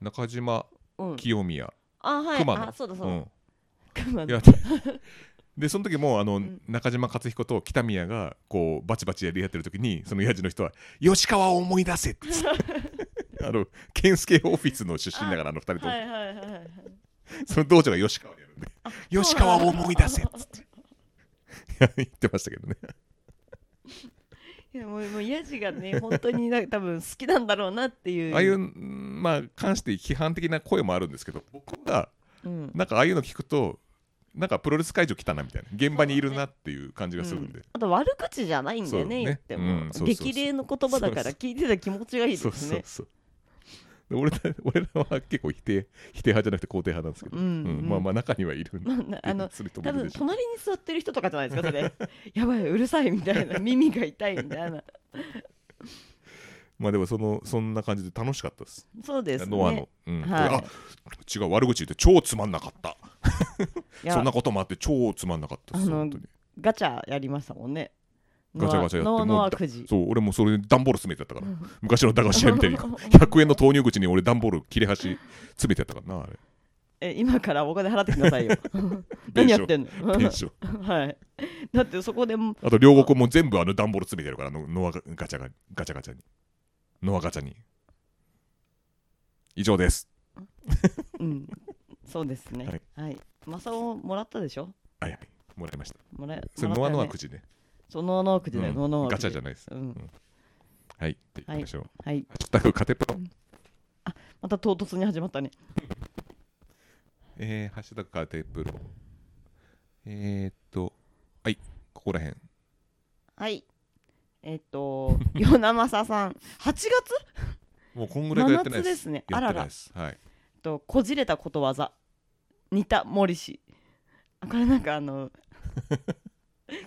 [SPEAKER 1] 中島
[SPEAKER 2] うん
[SPEAKER 1] 清宮、
[SPEAKER 2] あはい
[SPEAKER 1] 熊野
[SPEAKER 2] あそうだそううだ、
[SPEAKER 1] ん、
[SPEAKER 2] 熊野
[SPEAKER 1] やってでその時もあの、
[SPEAKER 2] ん
[SPEAKER 1] 中島勝彦と北宮がこうバチバチやり合ってる時にそのヤジの人は「吉川を思い出せ」って言って あの健介オフィスの出身だからあの二人と、
[SPEAKER 2] はいはいはいはい
[SPEAKER 1] その道場が吉川でやるんで「
[SPEAKER 2] うなんだ
[SPEAKER 1] 吉川を思い出せ」っ つっていや言ってましたけどね
[SPEAKER 2] いやもうもうヤジがね本当にな多分好きなんだろうなっていう
[SPEAKER 1] ああいう、うんまあ関して批判的な声もあるんですけど僕が
[SPEAKER 2] うん、
[SPEAKER 1] なんかああいうの聞くとなんかプロレス会場来たなみたいな現場にいるなっていう感じがするんで、
[SPEAKER 2] あと悪口じゃないんだよ
[SPEAKER 1] そう
[SPEAKER 2] ね
[SPEAKER 1] ね
[SPEAKER 2] 言って
[SPEAKER 1] う
[SPEAKER 2] も、
[SPEAKER 1] んそうそうそう
[SPEAKER 2] 激励の言葉だか
[SPEAKER 1] そう
[SPEAKER 2] ら聞いてた気持ちがいいです
[SPEAKER 1] そう
[SPEAKER 2] ね
[SPEAKER 1] そうそうで俺ら俺らは結構否定否定派じゃなくて肯定派なんですけど、
[SPEAKER 2] うんうん
[SPEAKER 1] まあまあ中にはいるんで
[SPEAKER 2] まあなあの
[SPEAKER 1] する人もい
[SPEAKER 2] 多
[SPEAKER 1] る
[SPEAKER 2] 分
[SPEAKER 1] でしょう
[SPEAKER 2] 隣に座ってる人とかじゃないですかそれ やばいうるさいみたいな耳が痛いみたいな
[SPEAKER 1] まあでもそのそんな感じで楽しかったです
[SPEAKER 2] そうですね
[SPEAKER 1] ノアの、うん
[SPEAKER 2] はい
[SPEAKER 1] あ違う悪口言って超つまんなかった
[SPEAKER 2] いや
[SPEAKER 1] そんなこともあって超つまんなかったです
[SPEAKER 2] あの
[SPEAKER 1] 本当に
[SPEAKER 2] ガチャやりましたもんね
[SPEAKER 1] ガチャガチャやって
[SPEAKER 2] ノア
[SPEAKER 1] もう
[SPEAKER 2] ノアくじ
[SPEAKER 1] そう俺もそれで段ボール詰めてやったから、昔の駄菓子屋みたい に100円の投入口に俺段ボール切れ端詰めてやったからなあれ
[SPEAKER 2] え今からお金払ってきなさ いよ何やってんの
[SPEAKER 1] テンション
[SPEAKER 2] はいだってそこでも
[SPEAKER 1] あと両国も全部あの段ボール詰めてるからあのノアガチャがガチャガチャにノアガチャに以上です
[SPEAKER 2] うんそうですね
[SPEAKER 1] はい
[SPEAKER 2] はいマサオもらったでしょ
[SPEAKER 1] はいはいもらいました
[SPEAKER 2] もら
[SPEAKER 1] それ
[SPEAKER 2] も
[SPEAKER 1] ノ
[SPEAKER 2] ら
[SPEAKER 1] ア
[SPEAKER 2] ったよね
[SPEAKER 1] ノアくじね
[SPEAKER 2] そうノアノアくじだよ
[SPEAKER 1] うん
[SPEAKER 2] ノアノアくじ
[SPEAKER 1] ガチャじゃないです
[SPEAKER 2] うん
[SPEAKER 1] はいじゃあ行きましょう
[SPEAKER 2] はい
[SPEAKER 1] ハッシュタグカテプロ
[SPEAKER 2] また唐突に始まったね
[SPEAKER 1] えーハッシュタグカテプロえーっとはいここら辺
[SPEAKER 2] はいえっ と与那政さん8月
[SPEAKER 1] もうこんぐらいか
[SPEAKER 2] 真
[SPEAKER 1] らやってない
[SPEAKER 2] 夏
[SPEAKER 1] で
[SPEAKER 2] ですすね
[SPEAKER 1] や
[SPEAKER 2] あ
[SPEAKER 1] っ
[SPEAKER 2] ら
[SPEAKER 1] てな
[SPEAKER 2] ら
[SPEAKER 1] いですはい
[SPEAKER 2] えっとこじれたことわざ似た森氏あこれなんかあ の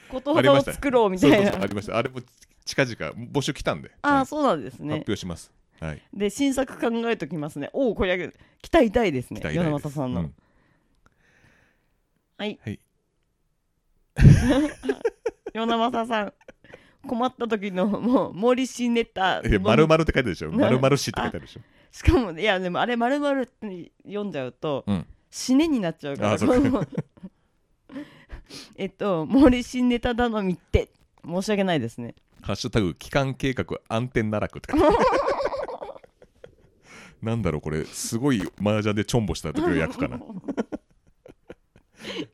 [SPEAKER 2] ことわざを作ろうみた
[SPEAKER 1] そうそう
[SPEAKER 2] い
[SPEAKER 1] そうあ
[SPEAKER 2] な
[SPEAKER 1] りましたあれも近々募集来たんで
[SPEAKER 2] あ
[SPEAKER 1] は
[SPEAKER 2] あ
[SPEAKER 1] い
[SPEAKER 2] そうなんです
[SPEAKER 1] 発
[SPEAKER 2] ね
[SPEAKER 1] 表しますはい
[SPEAKER 2] で新作考えときますねおおこれやる期待大ですね
[SPEAKER 1] 期待
[SPEAKER 2] 与那
[SPEAKER 1] 大です
[SPEAKER 2] 政さんの、
[SPEAKER 1] うん
[SPEAKER 2] はい
[SPEAKER 1] はい
[SPEAKER 2] 与那政さん困った時のもう森氏ネタ
[SPEAKER 1] え、まるまるって書いてあるでしょ。まるまるしって書いてあるでしょ。
[SPEAKER 2] しかもいやでもあれ丸々って読んじゃうと、
[SPEAKER 1] うん
[SPEAKER 2] 死ねになっちゃう から
[SPEAKER 1] あそっか
[SPEAKER 2] このえっと森氏ネタ頼みって申し訳ないですね
[SPEAKER 1] ハッシュタグ期間計画暗転奈落って書いて ある。なんだろうこれすごい麻雀でチョンボした時の役か な5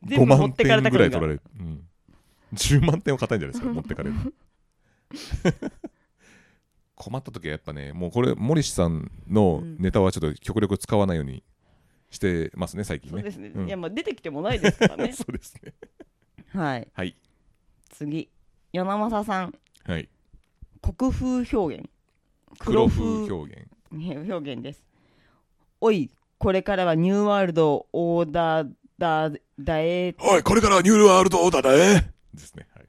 [SPEAKER 2] 全部持
[SPEAKER 1] 万
[SPEAKER 2] ってかれ
[SPEAKER 1] 点
[SPEAKER 2] た
[SPEAKER 1] ぐ
[SPEAKER 2] く
[SPEAKER 1] ら
[SPEAKER 2] ら
[SPEAKER 1] い取られる、うん、10万点は硬いんじゃないで すか持ってかれる 困った時はやっぱねもうこれ森氏さんのネタはちょっと極力使わないようにしてますね最近
[SPEAKER 2] そうで
[SPEAKER 1] ね
[SPEAKER 2] すね、
[SPEAKER 1] うん
[SPEAKER 2] いやまあ出てきてもないですから ね
[SPEAKER 1] そうですね
[SPEAKER 2] はい
[SPEAKER 1] はい
[SPEAKER 2] 次与那政さん
[SPEAKER 1] はい
[SPEAKER 2] 国風表現
[SPEAKER 1] 黒風表現
[SPEAKER 2] ね表現です。おい、これからはニューワールドオーダーだだえ
[SPEAKER 1] おいこれからニューワールドオーダーだねですねはい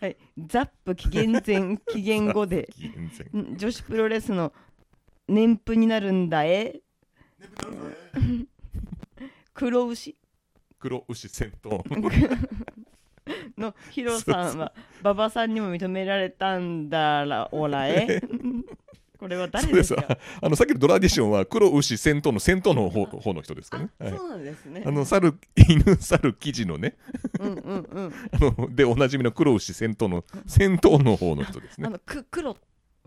[SPEAKER 2] はい、ザップ紀元 前紀元後で
[SPEAKER 1] 全然
[SPEAKER 2] ん女子プロレスの年譜になるんだえ 黒牛
[SPEAKER 1] 黒牛戦闘
[SPEAKER 2] のヒ ロさんは馬場さんにも認められたんだらおらえこれは
[SPEAKER 1] そ
[SPEAKER 2] 誰
[SPEAKER 1] うで
[SPEAKER 2] ですすか
[SPEAKER 1] あのさっきのドラディションは黒牛先頭の先頭の方方の人ですかね。
[SPEAKER 2] あ
[SPEAKER 1] はい
[SPEAKER 2] そうなんですね
[SPEAKER 1] あの猿犬猿記事のね
[SPEAKER 2] うんうんうん
[SPEAKER 1] あのでおなじみの黒牛先頭の先頭の方の人です
[SPEAKER 2] あ
[SPEAKER 1] ね
[SPEAKER 2] のく黒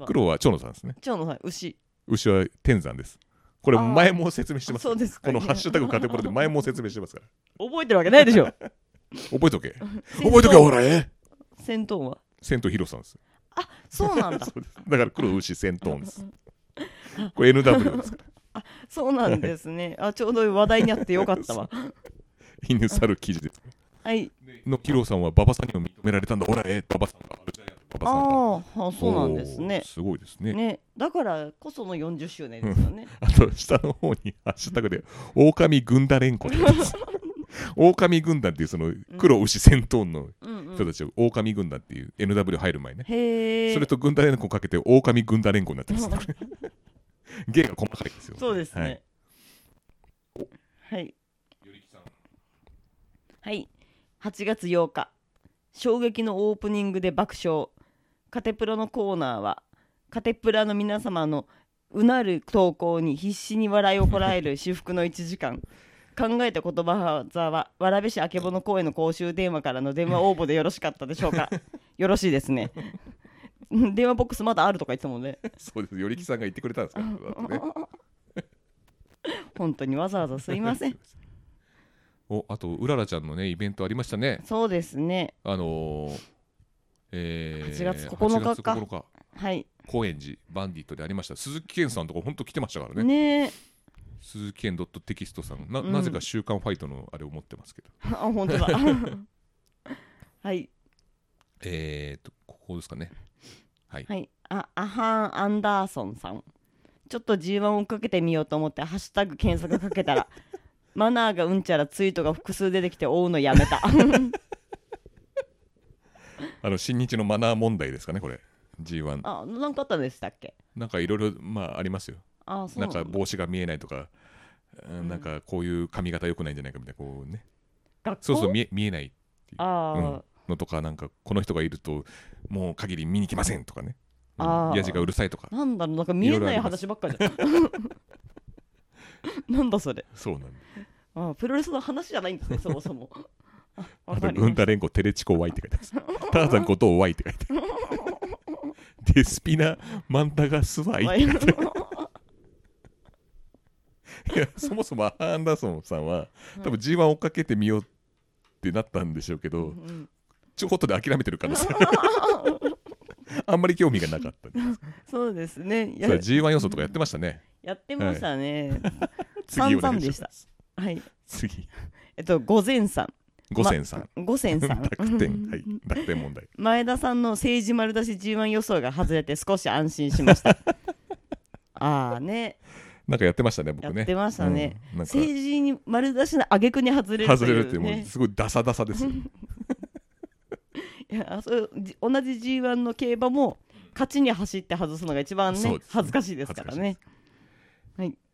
[SPEAKER 1] 黒は長野さんですね
[SPEAKER 2] 蝶のはい牛
[SPEAKER 1] 牛は天山ですこれ
[SPEAKER 2] あー
[SPEAKER 1] 前も説明してます
[SPEAKER 2] そうですか
[SPEAKER 1] この「ハッシュタグカテプ ロ」で前も説明してますから
[SPEAKER 2] 覚えてるわけないでしょ覚
[SPEAKER 1] 覚えとけ覚えとけほらえ
[SPEAKER 2] 戦闘は
[SPEAKER 1] 先頭広さんです
[SPEAKER 2] あそうなん だ
[SPEAKER 1] そうですだから黒牛先頭 ですこれ NW ですから
[SPEAKER 2] そうなんですねあちょうど話題にあってよか ったわ
[SPEAKER 1] 犬猿記事です
[SPEAKER 2] はい
[SPEAKER 1] のキロさんは馬場さんにも認められたんだ。ほら、えー、馬場さんがアルジャイアント馬場さんが。
[SPEAKER 2] あーあそうなんです
[SPEAKER 1] お
[SPEAKER 2] ね
[SPEAKER 1] ーすごいですね。
[SPEAKER 2] ねだからこその40周年ですよね
[SPEAKER 1] あと、下の方にハッシュタグで、狼軍団連呼って書いて ます。狼軍団っていう、その黒牛戦闘の
[SPEAKER 2] うんう
[SPEAKER 1] 人
[SPEAKER 2] ん
[SPEAKER 1] たちを、狼軍団っていう NW 入る前ね。
[SPEAKER 2] へえ
[SPEAKER 1] それ と軍団連呼かけて、狼軍団連呼になってます。芸が細かいですよ。
[SPEAKER 2] そうです
[SPEAKER 1] はい
[SPEAKER 2] ね。はい。はい。8月8日、衝撃のオープニングで爆笑。カテプロのコーナーは、カテプラの皆様のうなる投稿に必死に笑いをこらえる至福の1時間。 考えた言葉はざは、蕨市あけぼの公園の公衆電話からの電話応募でよろしかったでしょうか。よろしいです ね。電話ボックスまだあるとか言ってたもんね。
[SPEAKER 1] そうです。よりきさんが言ってくれたんですから。だってね
[SPEAKER 2] 本当にわざわざすいま せん。。
[SPEAKER 1] お、あと、うららちゃんのね、イベントありましたね。
[SPEAKER 2] そうですね。
[SPEAKER 1] あのーえー、
[SPEAKER 2] 8月9日か
[SPEAKER 1] 8月9日
[SPEAKER 2] はい。
[SPEAKER 1] 高円寺バンディットでありました鈴木健さんとか本当来てましたからね
[SPEAKER 2] ねえ。
[SPEAKER 1] 鈴木健ドットテキストさんな,、
[SPEAKER 2] うん
[SPEAKER 1] なぜか「週刊ファイト」のあれを持ってますけど
[SPEAKER 2] あ、本当だ。 はい。
[SPEAKER 1] えーとここですかね
[SPEAKER 2] はい。あ、アハン・アンダーソンさん。ちょっと G1 を追っかけてみようと思って、ハッシュタグ検索かけたら、 マナーがうんちゃらツイートが複数出てきて追うのやめた。
[SPEAKER 1] あの新日のマナー問題ですかねこれ G1
[SPEAKER 2] あ、なんかあったんでしたっけ
[SPEAKER 1] なんかいろいろまあありますよ
[SPEAKER 2] あ、そう
[SPEAKER 1] な
[SPEAKER 2] なんんだ
[SPEAKER 1] か帽子が見えないとか、うん
[SPEAKER 2] ん
[SPEAKER 1] なんかこういう髪型良くないんじゃないかみたいなこうね
[SPEAKER 2] 学校
[SPEAKER 1] そうそう見え見えない
[SPEAKER 2] あー、
[SPEAKER 1] のとかなんかこの人がいるともう限り見に来ませんとかねうん
[SPEAKER 2] あー
[SPEAKER 1] やじがうるさいとか
[SPEAKER 2] なんだろう、なんか見え
[SPEAKER 1] いろいろあ
[SPEAKER 2] ない
[SPEAKER 1] りま
[SPEAKER 2] 話
[SPEAKER 1] す
[SPEAKER 2] ばっかじゃん。 なんだそれ。
[SPEAKER 1] そうなんだ
[SPEAKER 2] あプロレスの話じゃないんです ね、そもそも。あわ
[SPEAKER 1] あ
[SPEAKER 2] か
[SPEAKER 1] と、
[SPEAKER 2] り
[SPEAKER 1] グ
[SPEAKER 2] ま
[SPEAKER 1] ン
[SPEAKER 2] した
[SPEAKER 1] タレンコ、テレチコ、ワイって書いてます。タ ーザンことをワイって書いてある。デスピナ、マンタガスワイ。いや、そもそもアンダーソンさんは、多分 G1 追っかけてみようってなったんでしょうけ
[SPEAKER 2] う
[SPEAKER 1] ど、
[SPEAKER 2] ん
[SPEAKER 1] ちょこっとで諦めてる可能性ある あんまり興味がなかったです。
[SPEAKER 2] そうです ね。や
[SPEAKER 1] そう G1 予想とかやってましたね。
[SPEAKER 2] やってましたね。
[SPEAKER 1] 次お願
[SPEAKER 2] 散々
[SPEAKER 1] いし
[SPEAKER 2] で
[SPEAKER 1] ま
[SPEAKER 2] し
[SPEAKER 1] す
[SPEAKER 2] た。はい。
[SPEAKER 1] 次、
[SPEAKER 2] えっと、午前さん。
[SPEAKER 1] 五千さん。
[SPEAKER 2] 午前さん。
[SPEAKER 1] 濁点、はい、濁点問題。
[SPEAKER 2] 前田さんの政治丸出し G1 予想が外れて少し安心しま した。ああね、
[SPEAKER 1] なんかやってましたね、僕
[SPEAKER 2] や
[SPEAKER 1] ね。
[SPEAKER 2] ってましたね。
[SPEAKER 1] うんなんか
[SPEAKER 2] 政治に丸出しの挙句に外れるという、ね。
[SPEAKER 1] 外れるって、もうすごいダサダサですよ。
[SPEAKER 2] いやそうじ同じ G1 の競馬も勝ちに走って外すのが一番
[SPEAKER 1] そう
[SPEAKER 2] ね
[SPEAKER 1] ですね
[SPEAKER 2] 恥ずかしいですからね。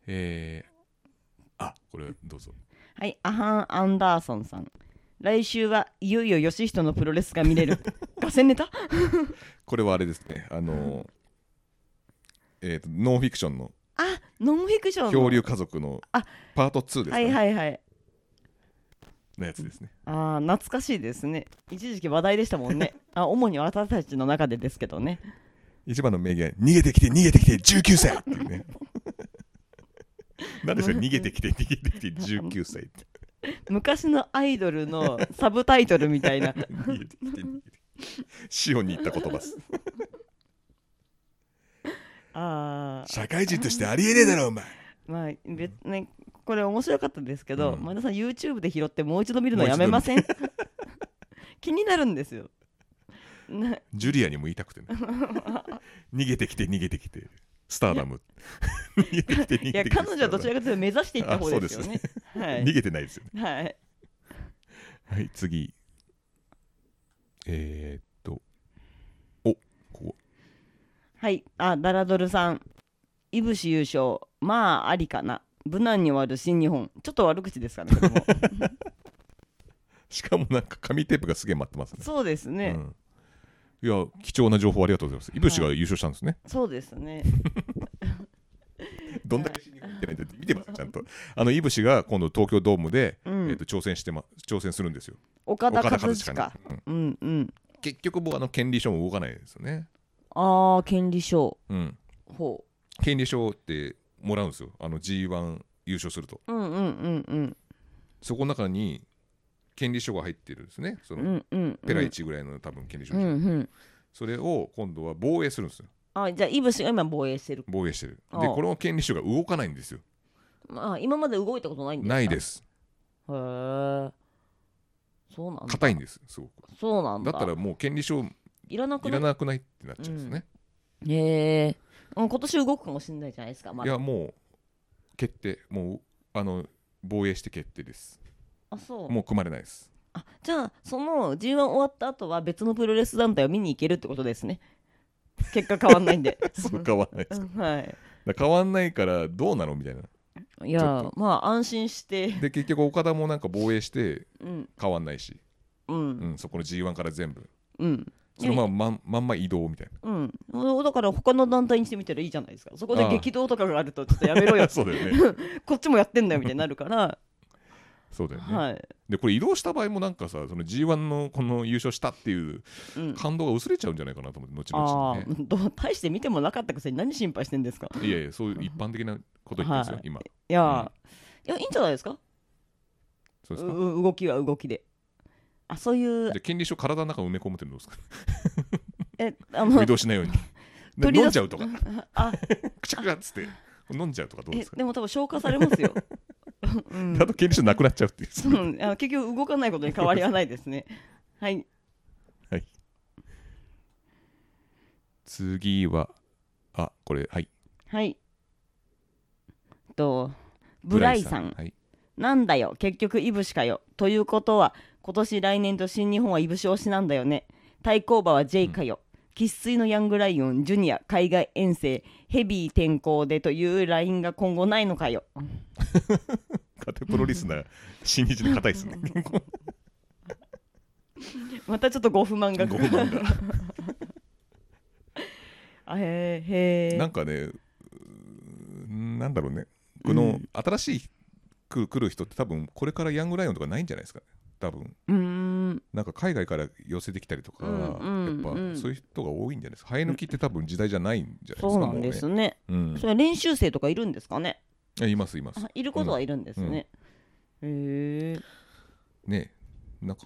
[SPEAKER 1] えー、あこれどうぞ
[SPEAKER 2] はい、アハン・アンダーソンさん。来週はいよいよ義人のプロレスが見れ る。ガセネタ
[SPEAKER 1] これはあれですねあのーえーとノンフィクションの
[SPEAKER 2] あノンフィクションの
[SPEAKER 1] 「恐竜家族」の
[SPEAKER 2] あ
[SPEAKER 1] パート2です
[SPEAKER 2] は
[SPEAKER 1] かね、
[SPEAKER 2] いはいはい
[SPEAKER 1] のやつですね
[SPEAKER 2] あー懐かしいですね一時期話題でしたもん ねあ主に私たちの中でですけどね
[SPEAKER 1] 一番の名言「逃げてきて逃げてきて19歳!」っていう ねなんですか逃げてきて逃げてきて19歳って
[SPEAKER 2] 昔のアイドルのサブタイトルみたいな
[SPEAKER 1] 逃げてきて逃げてシオンに言った言葉です
[SPEAKER 2] あー
[SPEAKER 1] 社会人としてありえねえだろお前
[SPEAKER 2] まあ別ねこれ面白かったですけど、
[SPEAKER 1] うん
[SPEAKER 2] 前田さん YouTube で拾ってもう一度見るのやめません 気になるんですよな
[SPEAKER 1] ジュリアにも言いたくてね逃げてきて逃げてきてスターダム逃げてきて逃
[SPEAKER 2] い
[SPEAKER 1] げ
[SPEAKER 2] や
[SPEAKER 1] てきて
[SPEAKER 2] 彼女はどちらかというと目指していった方ですよねはい
[SPEAKER 1] 逃げてないですよね。
[SPEAKER 2] はい
[SPEAKER 1] はい、次。えー、っと、おここ。
[SPEAKER 2] はい、あ、ダラドルさん、いぶし優勝、まあありかな、無難に終わる新日本、ちょっと悪口ですかね、これ も
[SPEAKER 1] しかもなんか紙テープがすげえ待ってますね。
[SPEAKER 2] そうですね、
[SPEAKER 1] うんいや、貴重な情報ありがとうございます。いぶしが優勝したんですね。
[SPEAKER 2] そうですね、
[SPEAKER 1] ってないんだって見てますちゃんとあのいぶしが今度東京ドームで、
[SPEAKER 2] うん
[SPEAKER 1] えっと挑戦してま挑戦するんですよ
[SPEAKER 2] 岡田和親
[SPEAKER 1] にう
[SPEAKER 2] う
[SPEAKER 1] ん
[SPEAKER 2] んうん
[SPEAKER 1] 結局僕あの権利書も動かないですよね、
[SPEAKER 2] ああ権利書
[SPEAKER 1] うん、
[SPEAKER 2] ほ
[SPEAKER 1] 権利書ってもらうんですよあの G1 優勝すると
[SPEAKER 2] ううんうんうんうん
[SPEAKER 1] そこの中に権利書が入ってるんですねその、
[SPEAKER 2] うんうん
[SPEAKER 1] ペラ1ぐらいの多分権利書、
[SPEAKER 2] うんうん
[SPEAKER 1] それを今度は防衛するんですよ
[SPEAKER 2] あじゃあイブシが今防衛してる
[SPEAKER 1] 防衛してる
[SPEAKER 2] ああ
[SPEAKER 1] でこの権利書が動かないんですよ
[SPEAKER 2] まあ今まで動いたことないんですか
[SPEAKER 1] ないですす
[SPEAKER 2] へえそうなんだ
[SPEAKER 1] 硬いんですすごく
[SPEAKER 2] そうなん
[SPEAKER 1] だ
[SPEAKER 2] だ
[SPEAKER 1] ったらもう権利書
[SPEAKER 2] いらなく
[SPEAKER 1] い
[SPEAKER 2] な
[SPEAKER 1] ら
[SPEAKER 2] い
[SPEAKER 1] なくないってなっちゃうんですね、
[SPEAKER 2] へえうん今年動くかもしれないじゃないですかま
[SPEAKER 1] い
[SPEAKER 2] だ
[SPEAKER 1] やもう決定もうあの防衛して決定です
[SPEAKER 2] あそう
[SPEAKER 1] もう組まれないです
[SPEAKER 2] あじゃあその G1 終わった後は別のプロレス団体を見に行けるってことですね結果変わんないんで
[SPEAKER 1] そう変わんないです
[SPEAKER 2] うんはい
[SPEAKER 1] だから変わんないからどうなのみたいないちょ
[SPEAKER 2] やまあ安心して
[SPEAKER 1] で結局岡田もなんか防衛して
[SPEAKER 2] うん
[SPEAKER 1] 変わんないし、
[SPEAKER 2] う
[SPEAKER 1] うんん、そこの G1 から全部
[SPEAKER 2] うん
[SPEAKER 1] そのまままんまんま移動みたい
[SPEAKER 2] うんうんだから他の団体にしてみたらいいじゃないですかそこで
[SPEAKER 1] ああ
[SPEAKER 2] 激動とかがあるとちょっとやめろよ
[SPEAKER 1] なそうだよね
[SPEAKER 2] こっちもやってんだよみたいになるから、
[SPEAKER 1] そうだよ ね、
[SPEAKER 2] はい、
[SPEAKER 1] でこれ移動した場合もなんかさその G1 のこの優勝したっていう
[SPEAKER 2] うん、
[SPEAKER 1] 感動が薄れちゃうんじゃないかなと思って後
[SPEAKER 2] あ
[SPEAKER 1] 々
[SPEAKER 2] あ
[SPEAKER 1] にね
[SPEAKER 2] どう大して見てもなかったくせに何心配してんですか
[SPEAKER 1] いやいやそういう一般的なこと言ってますよ、
[SPEAKER 2] はい
[SPEAKER 1] 今
[SPEAKER 2] いや,、いやいいんじゃないですか
[SPEAKER 1] そうですか
[SPEAKER 2] うう動きは動きであそういう
[SPEAKER 1] じゃあ権利書体の中埋め込むってのどうですか
[SPEAKER 2] えあの
[SPEAKER 1] 移動しないよ うにで
[SPEAKER 2] 取り出す
[SPEAKER 1] 飲んじゃうとか
[SPEAKER 2] あ
[SPEAKER 1] くちゃくちゃっつって飲んじゃうとかどうで
[SPEAKER 2] え
[SPEAKER 1] すか
[SPEAKER 2] でも多分消化されますよ、うん
[SPEAKER 1] あと権利書なくなっちゃうっていう
[SPEAKER 2] うん、あの結局動かないことに変わりはないです ねはい
[SPEAKER 1] 次はあこれはい
[SPEAKER 2] はいえっとブライさん
[SPEAKER 1] はい
[SPEAKER 2] なんだよ結局いぶしかよということは今年来年と新日本はいぶし推しなんだよね対抗馬は J かよ生粋、のヤングライオンジュニア海外遠征ヘビー転向でというラインが今後ないのかよ
[SPEAKER 1] カテプロリスナー新日で硬いで すね
[SPEAKER 2] またちょっとご不満が
[SPEAKER 1] ご不満が
[SPEAKER 2] あへえへ
[SPEAKER 1] な
[SPEAKER 2] え
[SPEAKER 1] んかねうーんなんだろうねこ
[SPEAKER 2] う
[SPEAKER 1] の
[SPEAKER 2] ん
[SPEAKER 1] 新しいく来る人って多分これからヤングライオンとかないんじゃないですか多分
[SPEAKER 2] うーん
[SPEAKER 1] なんか海外から寄せてきたりとか、
[SPEAKER 2] うんうん
[SPEAKER 1] やっ
[SPEAKER 2] うん
[SPEAKER 1] ぱそういう人が多いんじゃないですか生え抜きって多分時代じゃないんじゃないですか
[SPEAKER 2] そうなんです
[SPEAKER 1] も
[SPEAKER 2] ね
[SPEAKER 1] うね
[SPEAKER 2] それは練習生とかいるんですかね
[SPEAKER 1] うん、いますいます
[SPEAKER 2] あいることはいるんですね、へえ
[SPEAKER 1] ねなんか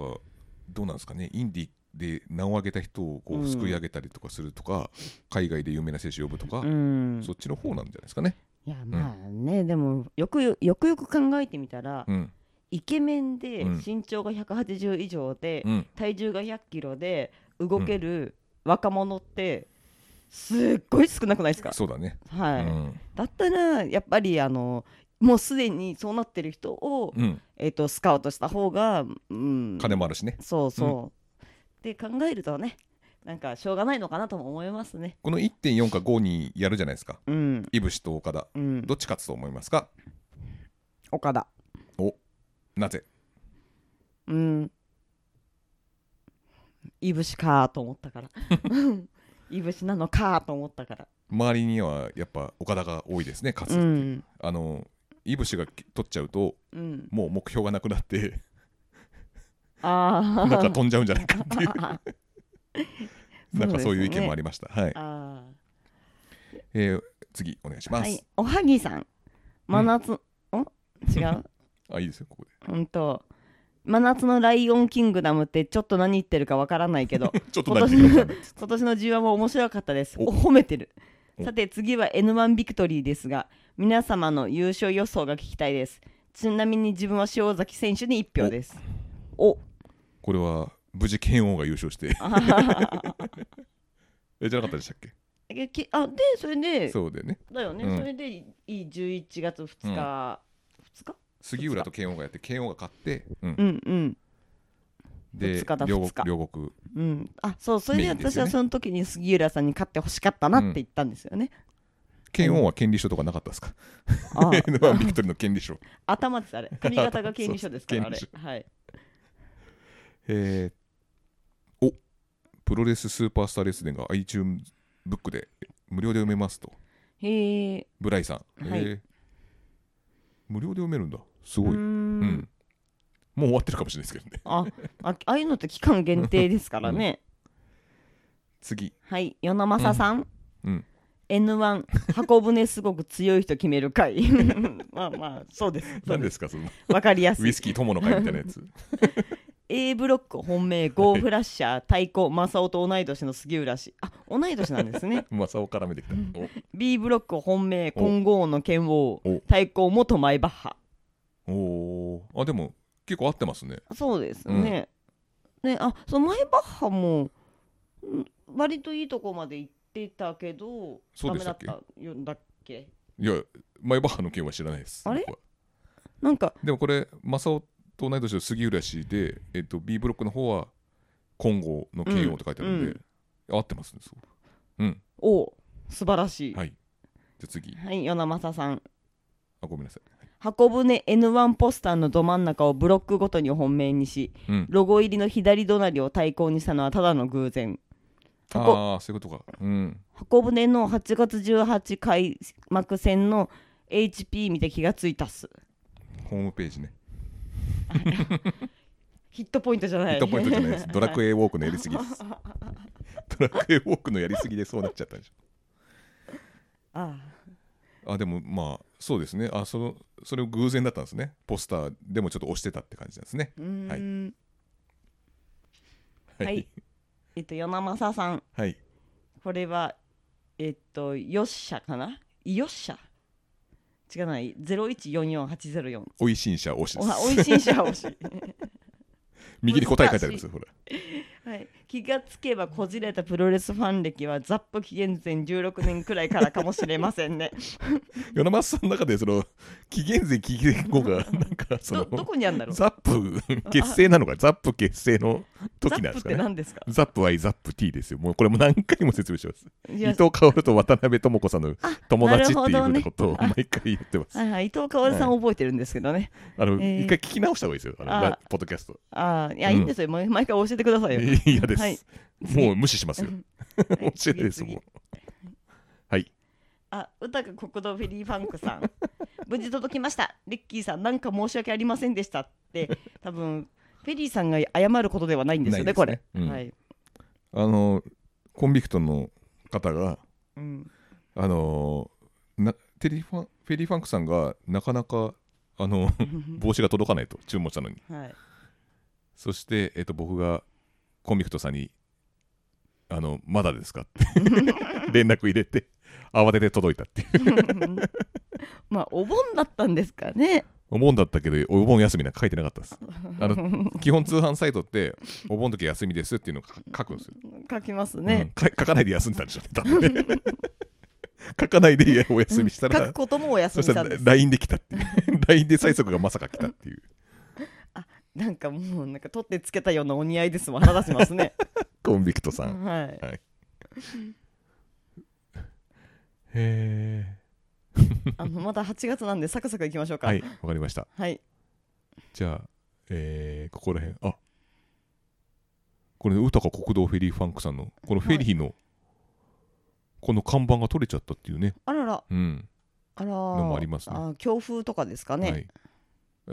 [SPEAKER 1] どうなんですかねインディで名を上げた人をこ
[SPEAKER 2] うん
[SPEAKER 1] うすくい上げたりとかするとか、海外で有名な選手呼ぶとか、
[SPEAKER 2] うん
[SPEAKER 1] そっちの方なんじゃないですかね。
[SPEAKER 2] いやまあね、でもよくよよくよく考えてみたら、
[SPEAKER 1] うん
[SPEAKER 2] イケメンで
[SPEAKER 1] うん
[SPEAKER 2] 身長が180以上で、
[SPEAKER 1] うん、
[SPEAKER 2] 体重が100キロで動ける若者ってすっごい少なくないですか、
[SPEAKER 1] そうだね、
[SPEAKER 2] はい
[SPEAKER 1] うん
[SPEAKER 2] だったらやっぱりあのもうすでにそうなってる人を、
[SPEAKER 1] うん、
[SPEAKER 2] えっとスカウトした方が、うん、
[SPEAKER 1] 金もあるしね
[SPEAKER 2] そうそう、って考えるとねなんかしょうがないのかなとも思いますね
[SPEAKER 1] この1.4か5にやるじゃないですか
[SPEAKER 2] うん
[SPEAKER 1] いぶしと岡田
[SPEAKER 2] うん
[SPEAKER 1] どっち勝つと思いますか
[SPEAKER 2] 岡田
[SPEAKER 1] なぜ
[SPEAKER 2] うんいぶしかと思った からいぶしなのかと思ったから
[SPEAKER 1] 周りにはやっぱ岡田が多いですね勝つ、
[SPEAKER 2] うん
[SPEAKER 1] あのいぶしが取っちゃうと
[SPEAKER 2] うん
[SPEAKER 1] もう目標がなくな って
[SPEAKER 2] あ
[SPEAKER 1] なん
[SPEAKER 2] あ
[SPEAKER 1] か飛んじゃうんじゃないかっ ていうなんかそういう意見もあ
[SPEAKER 2] り
[SPEAKER 1] りました、はい、
[SPEAKER 2] あ
[SPEAKER 1] えー次お願いし
[SPEAKER 2] ー
[SPEAKER 1] ま
[SPEAKER 2] は
[SPEAKER 1] す、
[SPEAKER 2] いおはぎさん真夏、ん違 う
[SPEAKER 1] あいいですよここで
[SPEAKER 2] ほんと真夏の「ライオンキングダム」ってちょっと何言ってるかわからないけど
[SPEAKER 1] ちょっと
[SPEAKER 2] 今
[SPEAKER 1] 何
[SPEAKER 2] 年
[SPEAKER 1] 言ってるか分かんない
[SPEAKER 2] 今年の G1 も面白かったです
[SPEAKER 1] お
[SPEAKER 2] お褒めてる
[SPEAKER 1] お
[SPEAKER 2] さて次は N1 ビクトリーですが皆様の優勝予想が聞きたいですちなみに自分は塩崎選手に1票ですお
[SPEAKER 1] これは無事剣王が優勝して えじゃなかったでしたっけ
[SPEAKER 2] えきあでそれで
[SPEAKER 1] そうだよね
[SPEAKER 2] だよね、
[SPEAKER 1] うん
[SPEAKER 2] それでいい11月2日、2日
[SPEAKER 1] 杉浦と剣王がやって剣王が勝って、うん
[SPEAKER 2] うんうん
[SPEAKER 1] で
[SPEAKER 2] 二日だ
[SPEAKER 1] 両
[SPEAKER 2] 二日
[SPEAKER 1] 国両国
[SPEAKER 2] うん、あそうそれで
[SPEAKER 1] メインで
[SPEAKER 2] 私
[SPEAKER 1] すよね
[SPEAKER 2] はその時に杉浦さんに勝ってほしかったなって言ったんですよね、
[SPEAKER 1] 剣王は権利書とかなかったですか
[SPEAKER 2] あ
[SPEAKER 1] N1 ビクトリーの権利書
[SPEAKER 2] 頭ですあれ髪型が権利書ですからあれ
[SPEAKER 1] そう
[SPEAKER 2] はい
[SPEAKER 1] えーおプロレススーパースターレスデンが iTunes ブックで無料で読めますと
[SPEAKER 2] へえ
[SPEAKER 1] ブライさん、
[SPEAKER 2] はい
[SPEAKER 1] えー無料で読めるんだす
[SPEAKER 2] う
[SPEAKER 1] ごい、
[SPEAKER 2] ー
[SPEAKER 1] うん
[SPEAKER 2] ん
[SPEAKER 1] もう終わってるかもしれないですけどね
[SPEAKER 2] ああああいうのって期間限定ですからね、
[SPEAKER 1] 次
[SPEAKER 2] はい与那政さん、
[SPEAKER 1] うん
[SPEAKER 2] N1 箱舟すごく強い人決める会 まあまあそうですそう
[SPEAKER 1] 何
[SPEAKER 2] で
[SPEAKER 1] ですすかその
[SPEAKER 2] わかりやす
[SPEAKER 1] ウ
[SPEAKER 2] い
[SPEAKER 1] イスキー友の会みたいなやつ
[SPEAKER 2] A ブロック本命ゴーフラッシャー太鼓正雄と同い年の杉浦氏あ同い年なんです ね
[SPEAKER 1] マサオ絡めてきた
[SPEAKER 2] B ブロック本命金剛の剣王
[SPEAKER 1] お
[SPEAKER 2] 太鼓元マイバッハ
[SPEAKER 1] おおーあでも結構合ってますね
[SPEAKER 2] そうですね、ねあそのマイバッハもん割といいとこまで行ってたけど
[SPEAKER 1] そうでしたっけ
[SPEAKER 2] ダメだったよだっけ
[SPEAKER 1] いやマイバッハの件は知らないです
[SPEAKER 2] あれ
[SPEAKER 1] 僕は
[SPEAKER 2] なんか
[SPEAKER 1] でもこれマサオと同い年の杉浦氏で、えっと、B ブロックの方は金剛の慶応って書いてあるんで、合ってますねすごくうん
[SPEAKER 2] おう素晴らしい、
[SPEAKER 1] はいじゃあ次
[SPEAKER 2] はい、与那正さん
[SPEAKER 1] あごめんなさい
[SPEAKER 2] 箱舟 N1 ポスターのど真ん中をブロックごとに本命にし
[SPEAKER 1] うん、
[SPEAKER 2] ロゴ入りの左隣を対抗にしたのはただの偶然
[SPEAKER 1] あ
[SPEAKER 2] 箱
[SPEAKER 1] あーそういうことかうん
[SPEAKER 2] 箱舟の8月18開幕戦の HP 見て気がついたっす
[SPEAKER 1] ホームページね
[SPEAKER 2] ヒットポイントじゃない
[SPEAKER 1] ヒットポイントじゃないですドラクエウォークのやりすぎですドラクエウォークのやりすぎでそうなっちゃったんでし
[SPEAKER 2] あ
[SPEAKER 1] ょあでもまあそうですねあそのそれを偶然だったんですねポスターでもちょっと押してたって感じなんですね
[SPEAKER 2] あうー
[SPEAKER 1] はい
[SPEAKER 2] ん、はいえっと与那政さん
[SPEAKER 1] はい
[SPEAKER 2] これはえっとよっしゃかなよっしゃ違うない0144804
[SPEAKER 1] おいしんしゃ推しで
[SPEAKER 2] お
[SPEAKER 1] す
[SPEAKER 2] はおいしいしゃおし
[SPEAKER 1] 右に答え書いてありますよほら
[SPEAKER 2] はい、気がつけばこじれたプロレスファン歴はザップ紀元前16年くらいからかもしれません ね
[SPEAKER 1] 与那松さんの中でその紀元前紀元後がなんかそ
[SPEAKER 2] ど
[SPEAKER 1] の
[SPEAKER 2] どこにあるんだろう
[SPEAKER 1] ザップ結成なのかザップ結成の時
[SPEAKER 2] ザッ
[SPEAKER 1] なんで
[SPEAKER 2] プっ
[SPEAKER 1] すか
[SPEAKER 2] て
[SPEAKER 1] ね
[SPEAKER 2] 何ですか
[SPEAKER 1] ザップ I ザップ T ですよもうこれも何回も説明してます
[SPEAKER 2] い
[SPEAKER 1] 伊
[SPEAKER 2] や
[SPEAKER 1] 藤薫と渡辺智子さんの
[SPEAKER 2] あ
[SPEAKER 1] 友達って
[SPEAKER 2] なるほ
[SPEAKER 1] いうふ
[SPEAKER 2] ど
[SPEAKER 1] うな
[SPEAKER 2] ね
[SPEAKER 1] ことを毎回言ってます。
[SPEAKER 2] はいはい、伊藤かおるさん覚えてるんですけどね。
[SPEAKER 1] あの、
[SPEAKER 2] えー
[SPEAKER 1] 一回聞き直した方がいいですよ、あの
[SPEAKER 2] あ
[SPEAKER 1] ラポッドキャスト。
[SPEAKER 2] ああ、いや、
[SPEAKER 1] うん
[SPEAKER 2] いいんですよ。もう毎回教えてくださいよ。
[SPEAKER 1] えー嫌です、
[SPEAKER 2] はい
[SPEAKER 1] もう無視しますよ。
[SPEAKER 2] は
[SPEAKER 1] 教えてです
[SPEAKER 2] 次
[SPEAKER 1] もう
[SPEAKER 2] 々。
[SPEAKER 1] はい。
[SPEAKER 2] あ、歌が国道フェリーファンクさん。 無事届きました。リッキーさん、なんか申し訳ありませんでしたって、多分フェリーさんが謝ることではないんですよね、
[SPEAKER 1] な
[SPEAKER 2] こ
[SPEAKER 1] いで
[SPEAKER 2] れ
[SPEAKER 1] すね。うん
[SPEAKER 2] はい。
[SPEAKER 1] あのコンビクトの方が
[SPEAKER 2] うん。
[SPEAKER 1] あのなテリファンフェリーファンクさんがなかなかあ の帽子が届かないと注文したのに。
[SPEAKER 2] はい。
[SPEAKER 1] そして、えっと、僕がコンビクトさんに、あの、まだですかって 連絡入れて、慌てて届いたっていう。
[SPEAKER 2] まあ、お盆だったんですかね。
[SPEAKER 1] お盆だったけど、お盆休みなんか書いてなかったです。あの、基本通販サイトって、お盆の時休みですっていうのをか書くんですよ。
[SPEAKER 2] 書きます
[SPEAKER 1] うん
[SPEAKER 2] ね。
[SPEAKER 1] か書かないで休んでたんでしょうね、多分ね。 書かないでお休みした
[SPEAKER 2] 書
[SPEAKER 1] ら
[SPEAKER 2] く、こともお休
[SPEAKER 1] そ
[SPEAKER 2] み
[SPEAKER 1] し
[SPEAKER 2] したたん
[SPEAKER 1] ら
[SPEAKER 2] です。
[SPEAKER 1] LINE で来たっていう。LINE で催促がまさか来たっていう。
[SPEAKER 2] なんかもう、なんか取ってつけたようなお似合いですもん。腹立ちます ね。
[SPEAKER 1] コンビクトさん。
[SPEAKER 2] はい。
[SPEAKER 1] へ
[SPEAKER 2] あのまだ8月なんでサクサクいきましょう
[SPEAKER 1] ー
[SPEAKER 2] か。
[SPEAKER 1] はい、わかりました。
[SPEAKER 2] はい。
[SPEAKER 1] じゃあ、えーここら辺、あこれ、歌か国道フェリーファンクさんの、このフェリーの、この看板が取れちゃったっていうね、
[SPEAKER 2] あらら、
[SPEAKER 1] うん、
[SPEAKER 2] あらー。
[SPEAKER 1] のもありますね
[SPEAKER 2] あー強風とかですかね。
[SPEAKER 1] は
[SPEAKER 2] はい。
[SPEAKER 1] い。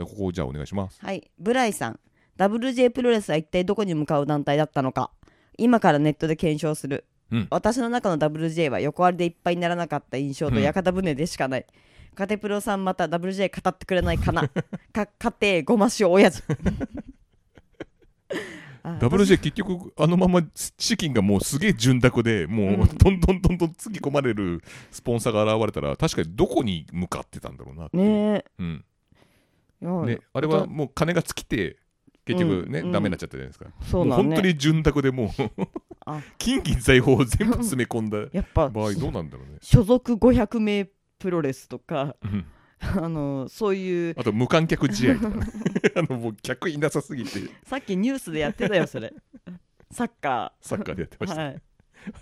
[SPEAKER 1] えここ、じゃあお願いします。
[SPEAKER 2] ブライさん、WJ プロレスは一体どこに向かう団体だったのか。今からネットで検証する。
[SPEAKER 1] うん
[SPEAKER 2] 私の中の WJ は横割りでいっぱいにならなかった印象と
[SPEAKER 1] うん
[SPEAKER 2] 屋形船でしかない。カテプロさんまた WJ 語ってくれない かな。か家庭ごま塩親父。あ
[SPEAKER 1] WJ、結局、あのまま資金がもうすげえ潤沢で、も
[SPEAKER 2] う
[SPEAKER 1] う、
[SPEAKER 2] ん
[SPEAKER 1] どんどんどんどんつぎ込まれるスポンサーが現れたら、確かにどこに向かってたんだろうなっていう
[SPEAKER 2] ね
[SPEAKER 1] うん
[SPEAKER 2] え、うん
[SPEAKER 1] ね、あれはもう金が尽きて、結局ね、
[SPEAKER 2] うんうん
[SPEAKER 1] ダメになっちゃったじゃないですか。
[SPEAKER 2] そう
[SPEAKER 1] もう
[SPEAKER 2] なん
[SPEAKER 1] 本当
[SPEAKER 2] ね。
[SPEAKER 1] に潤沢でもう
[SPEAKER 2] あ
[SPEAKER 1] 金銀財宝を全部詰め込んだ
[SPEAKER 2] やっぱ
[SPEAKER 1] 場合どうなんだろうね、
[SPEAKER 2] 所属500名プロレスとか
[SPEAKER 1] うん
[SPEAKER 2] あのそういう
[SPEAKER 1] あと無観客試合と かねあのもう客いなさすぎて
[SPEAKER 2] さっきニュースでやってたよそ れサッカ
[SPEAKER 1] サッカーでやってま
[SPEAKER 2] ー
[SPEAKER 1] した、
[SPEAKER 2] はい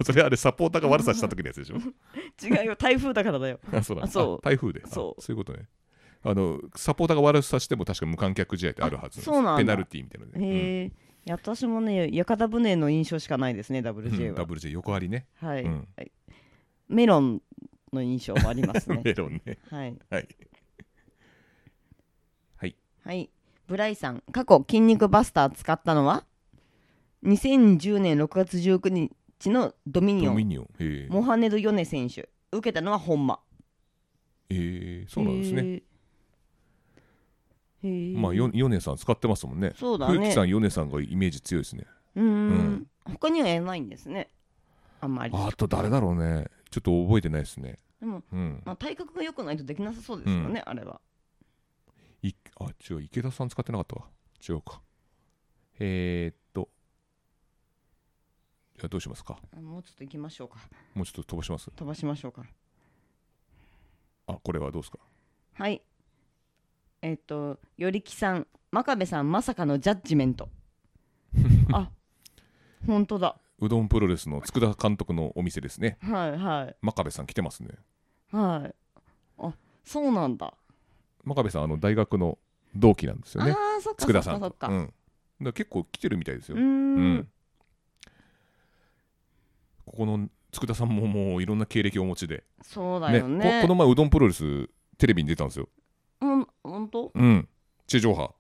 [SPEAKER 1] それあれサポーターが悪さした時のやつでしょ
[SPEAKER 2] 違うよ台風だからだ よ
[SPEAKER 1] あそうだ
[SPEAKER 2] あそう
[SPEAKER 1] あ台風であ
[SPEAKER 2] そう
[SPEAKER 1] そういうことねあのサポーターが悪さしても確か無観客試合ってあるはず
[SPEAKER 2] あそうなんだ
[SPEAKER 1] ペナルティーみたいなので
[SPEAKER 2] へえ、いや私もね屋形船の印象しかないですね
[SPEAKER 1] うん
[SPEAKER 2] WJ
[SPEAKER 1] うん
[SPEAKER 2] は、
[SPEAKER 1] WJ 横張りね、
[SPEAKER 2] はい、
[SPEAKER 1] うん
[SPEAKER 2] メロンの印象もありますね
[SPEAKER 1] メロンね
[SPEAKER 2] はい
[SPEAKER 1] はい
[SPEAKER 2] はい。ブライさん、過去筋肉バスター使ったのは2010年6月19日のドミニオ
[SPEAKER 1] ドミ
[SPEAKER 2] ン、
[SPEAKER 1] ニオンへ
[SPEAKER 2] モハネド・ヨネ選手。受けたのは本間。
[SPEAKER 1] えへえそうなんですね
[SPEAKER 2] へー。へー
[SPEAKER 1] まあヨヨネさん使ってますもんね
[SPEAKER 2] そうだ
[SPEAKER 1] 冬木
[SPEAKER 2] ね。
[SPEAKER 1] さんヨネさんがイメージ強いですね
[SPEAKER 2] うーん
[SPEAKER 1] ん。
[SPEAKER 2] 他にはやらないんですね。あんまり。
[SPEAKER 1] あと誰だろうねちょっと覚えてないですね
[SPEAKER 2] でも、
[SPEAKER 1] うん
[SPEAKER 2] まあ、体格が良くないとできなさそうですよね、あれは。
[SPEAKER 1] いあ違う池田さん使ってなかったわ違うかえー、っとじゃあどうしますか
[SPEAKER 2] あもうちょっと行きましょうか。
[SPEAKER 1] もうちょっと飛ばします
[SPEAKER 2] 飛ばしましょうか。
[SPEAKER 1] あこれはどうですか
[SPEAKER 2] はい。えっ、と、よりきさん、真壁さん、まさかのジャッジメント。 あ、本当だ。
[SPEAKER 1] うどんプロレスの佃監督のお店ですね
[SPEAKER 2] はいは
[SPEAKER 1] 真壁さん来てますね
[SPEAKER 2] いはい。あ、そうなんだ。
[SPEAKER 1] 真壁さんあの大学の同期なんですよね
[SPEAKER 2] ああ、そっかそ
[SPEAKER 1] 佃
[SPEAKER 2] っ
[SPEAKER 1] さ
[SPEAKER 2] か
[SPEAKER 1] ん
[SPEAKER 2] そ
[SPEAKER 1] と
[SPEAKER 2] っか。
[SPEAKER 1] う
[SPEAKER 2] うん
[SPEAKER 1] だから結構来てるみたいですよ
[SPEAKER 2] ーん。
[SPEAKER 1] ここの佃さんももういろんな経歴をお持ちで、
[SPEAKER 2] そうだよね。
[SPEAKER 1] ここの前うどんプロレステレビに出たんですよ、
[SPEAKER 2] うん、本当
[SPEAKER 1] うん、地上波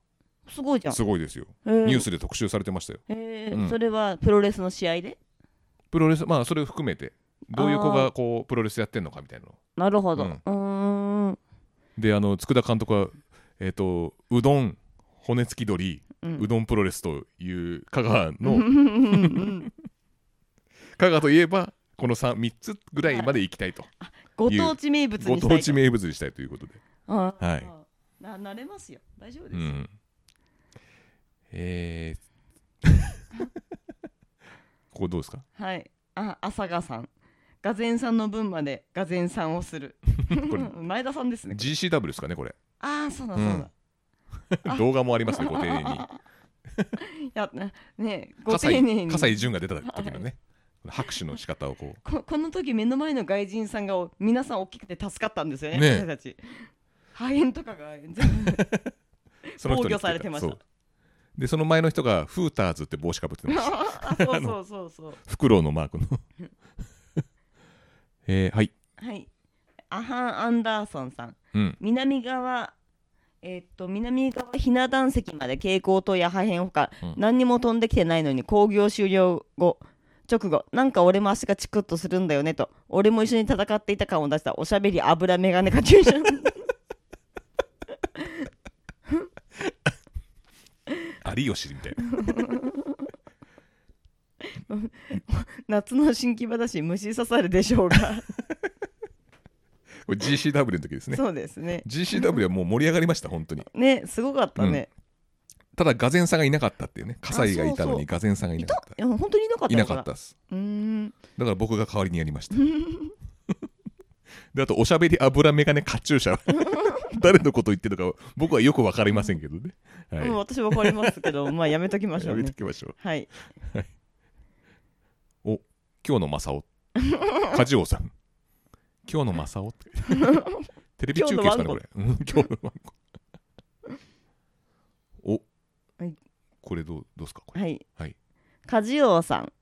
[SPEAKER 2] すごいじゃん。
[SPEAKER 1] すごいですよ、ニ
[SPEAKER 2] ニ
[SPEAKER 1] ュー。スで特集されてましたよ
[SPEAKER 2] へえ、
[SPEAKER 1] うん
[SPEAKER 2] それはプロレスの試合で
[SPEAKER 1] プロレスまあそれを含めてどういう子
[SPEAKER 2] あ
[SPEAKER 1] がこうプロレスやってんのかみたいなの
[SPEAKER 2] なるほど。う
[SPEAKER 1] う
[SPEAKER 2] ーん。
[SPEAKER 1] であの佃監督はえっ、とうどん骨付き鳥
[SPEAKER 2] うん
[SPEAKER 1] うどんプロレスという香川の、
[SPEAKER 2] う ん
[SPEAKER 1] 香川といえばこの 3, 三つぐらいまで行きたいと、
[SPEAKER 2] ご当地名物
[SPEAKER 1] ご
[SPEAKER 2] にしたいと
[SPEAKER 1] 当地名物にしたいということで、
[SPEAKER 2] あー
[SPEAKER 1] はい
[SPEAKER 2] な慣れますよ大丈夫で
[SPEAKER 1] う
[SPEAKER 2] す、
[SPEAKER 1] ん、えー ここどうですか
[SPEAKER 2] はいあ朝賀さんがぜんさんの分までがぜんさんをする
[SPEAKER 1] これ
[SPEAKER 2] 前田さんですね
[SPEAKER 1] GCW ですかねこれ
[SPEAKER 2] ああそうだそうだ、あ
[SPEAKER 1] 動画もありますねご丁寧に
[SPEAKER 2] いやなね ご丁寧
[SPEAKER 1] 葛
[SPEAKER 2] に
[SPEAKER 1] 西葛西潤が出た時のね拍手の仕方をこう
[SPEAKER 2] ここの時目の前の外人さんがお皆さん大きくて助かったんですよね
[SPEAKER 1] ねえ
[SPEAKER 2] 私たち肺炎とかが全部
[SPEAKER 1] その人に
[SPEAKER 2] 防御されてました
[SPEAKER 1] そうでその前の人がフーターズって帽子かぶってました
[SPEAKER 2] あそうそうそう そう
[SPEAKER 1] フクロウのマークのえー、はい
[SPEAKER 2] はいアハン・アンダーソンさん
[SPEAKER 1] うん
[SPEAKER 2] 南側えーっと南側ひな壇石まで蛍光灯や破片ほか、
[SPEAKER 1] うん
[SPEAKER 2] 何にも飛んできてないのに興行終了後直後なんか俺も足がチクッとするんだよねと俺も一緒に戦っていた感を出したおしゃべり油眼鏡カチ ューシャ
[SPEAKER 1] 有吉み たいな
[SPEAKER 2] 夏の新木場だし虫刺さるでしょうが
[SPEAKER 1] これ GCW の時ですね
[SPEAKER 2] そうですね
[SPEAKER 1] GCW はもう盛り上がりました本当に
[SPEAKER 2] ねすごかったね、
[SPEAKER 1] ただがぜんさんがいなかったっていうね葛西がいた
[SPEAKER 2] そ
[SPEAKER 1] の
[SPEAKER 2] うそう
[SPEAKER 1] にがぜんさんがい
[SPEAKER 2] い
[SPEAKER 1] な
[SPEAKER 2] た
[SPEAKER 1] か
[SPEAKER 2] い
[SPEAKER 1] った
[SPEAKER 2] や本当にいなかった
[SPEAKER 1] い
[SPEAKER 2] の
[SPEAKER 1] な
[SPEAKER 2] か
[SPEAKER 1] か
[SPEAKER 2] な
[SPEAKER 1] ったです
[SPEAKER 2] うーん
[SPEAKER 1] だから僕が代わりにやりま した。であと、おしゃべり油メガネカチュー シャ。誰のこと言ってるのか僕はよくわかりませんけどね。はい。
[SPEAKER 2] もう私わかりますけどまあやめときましょ
[SPEAKER 1] や
[SPEAKER 2] う
[SPEAKER 1] めと
[SPEAKER 2] ね
[SPEAKER 1] きましょう。
[SPEAKER 2] はい
[SPEAKER 1] 今日の正 雄。梶尾さん。今日の正雄って。テレビ中継ですかね、これ。うん今日のワンコ。お、
[SPEAKER 2] はい
[SPEAKER 1] これどうどうすかこれ、
[SPEAKER 2] はい、
[SPEAKER 1] はい
[SPEAKER 2] 梶尾さん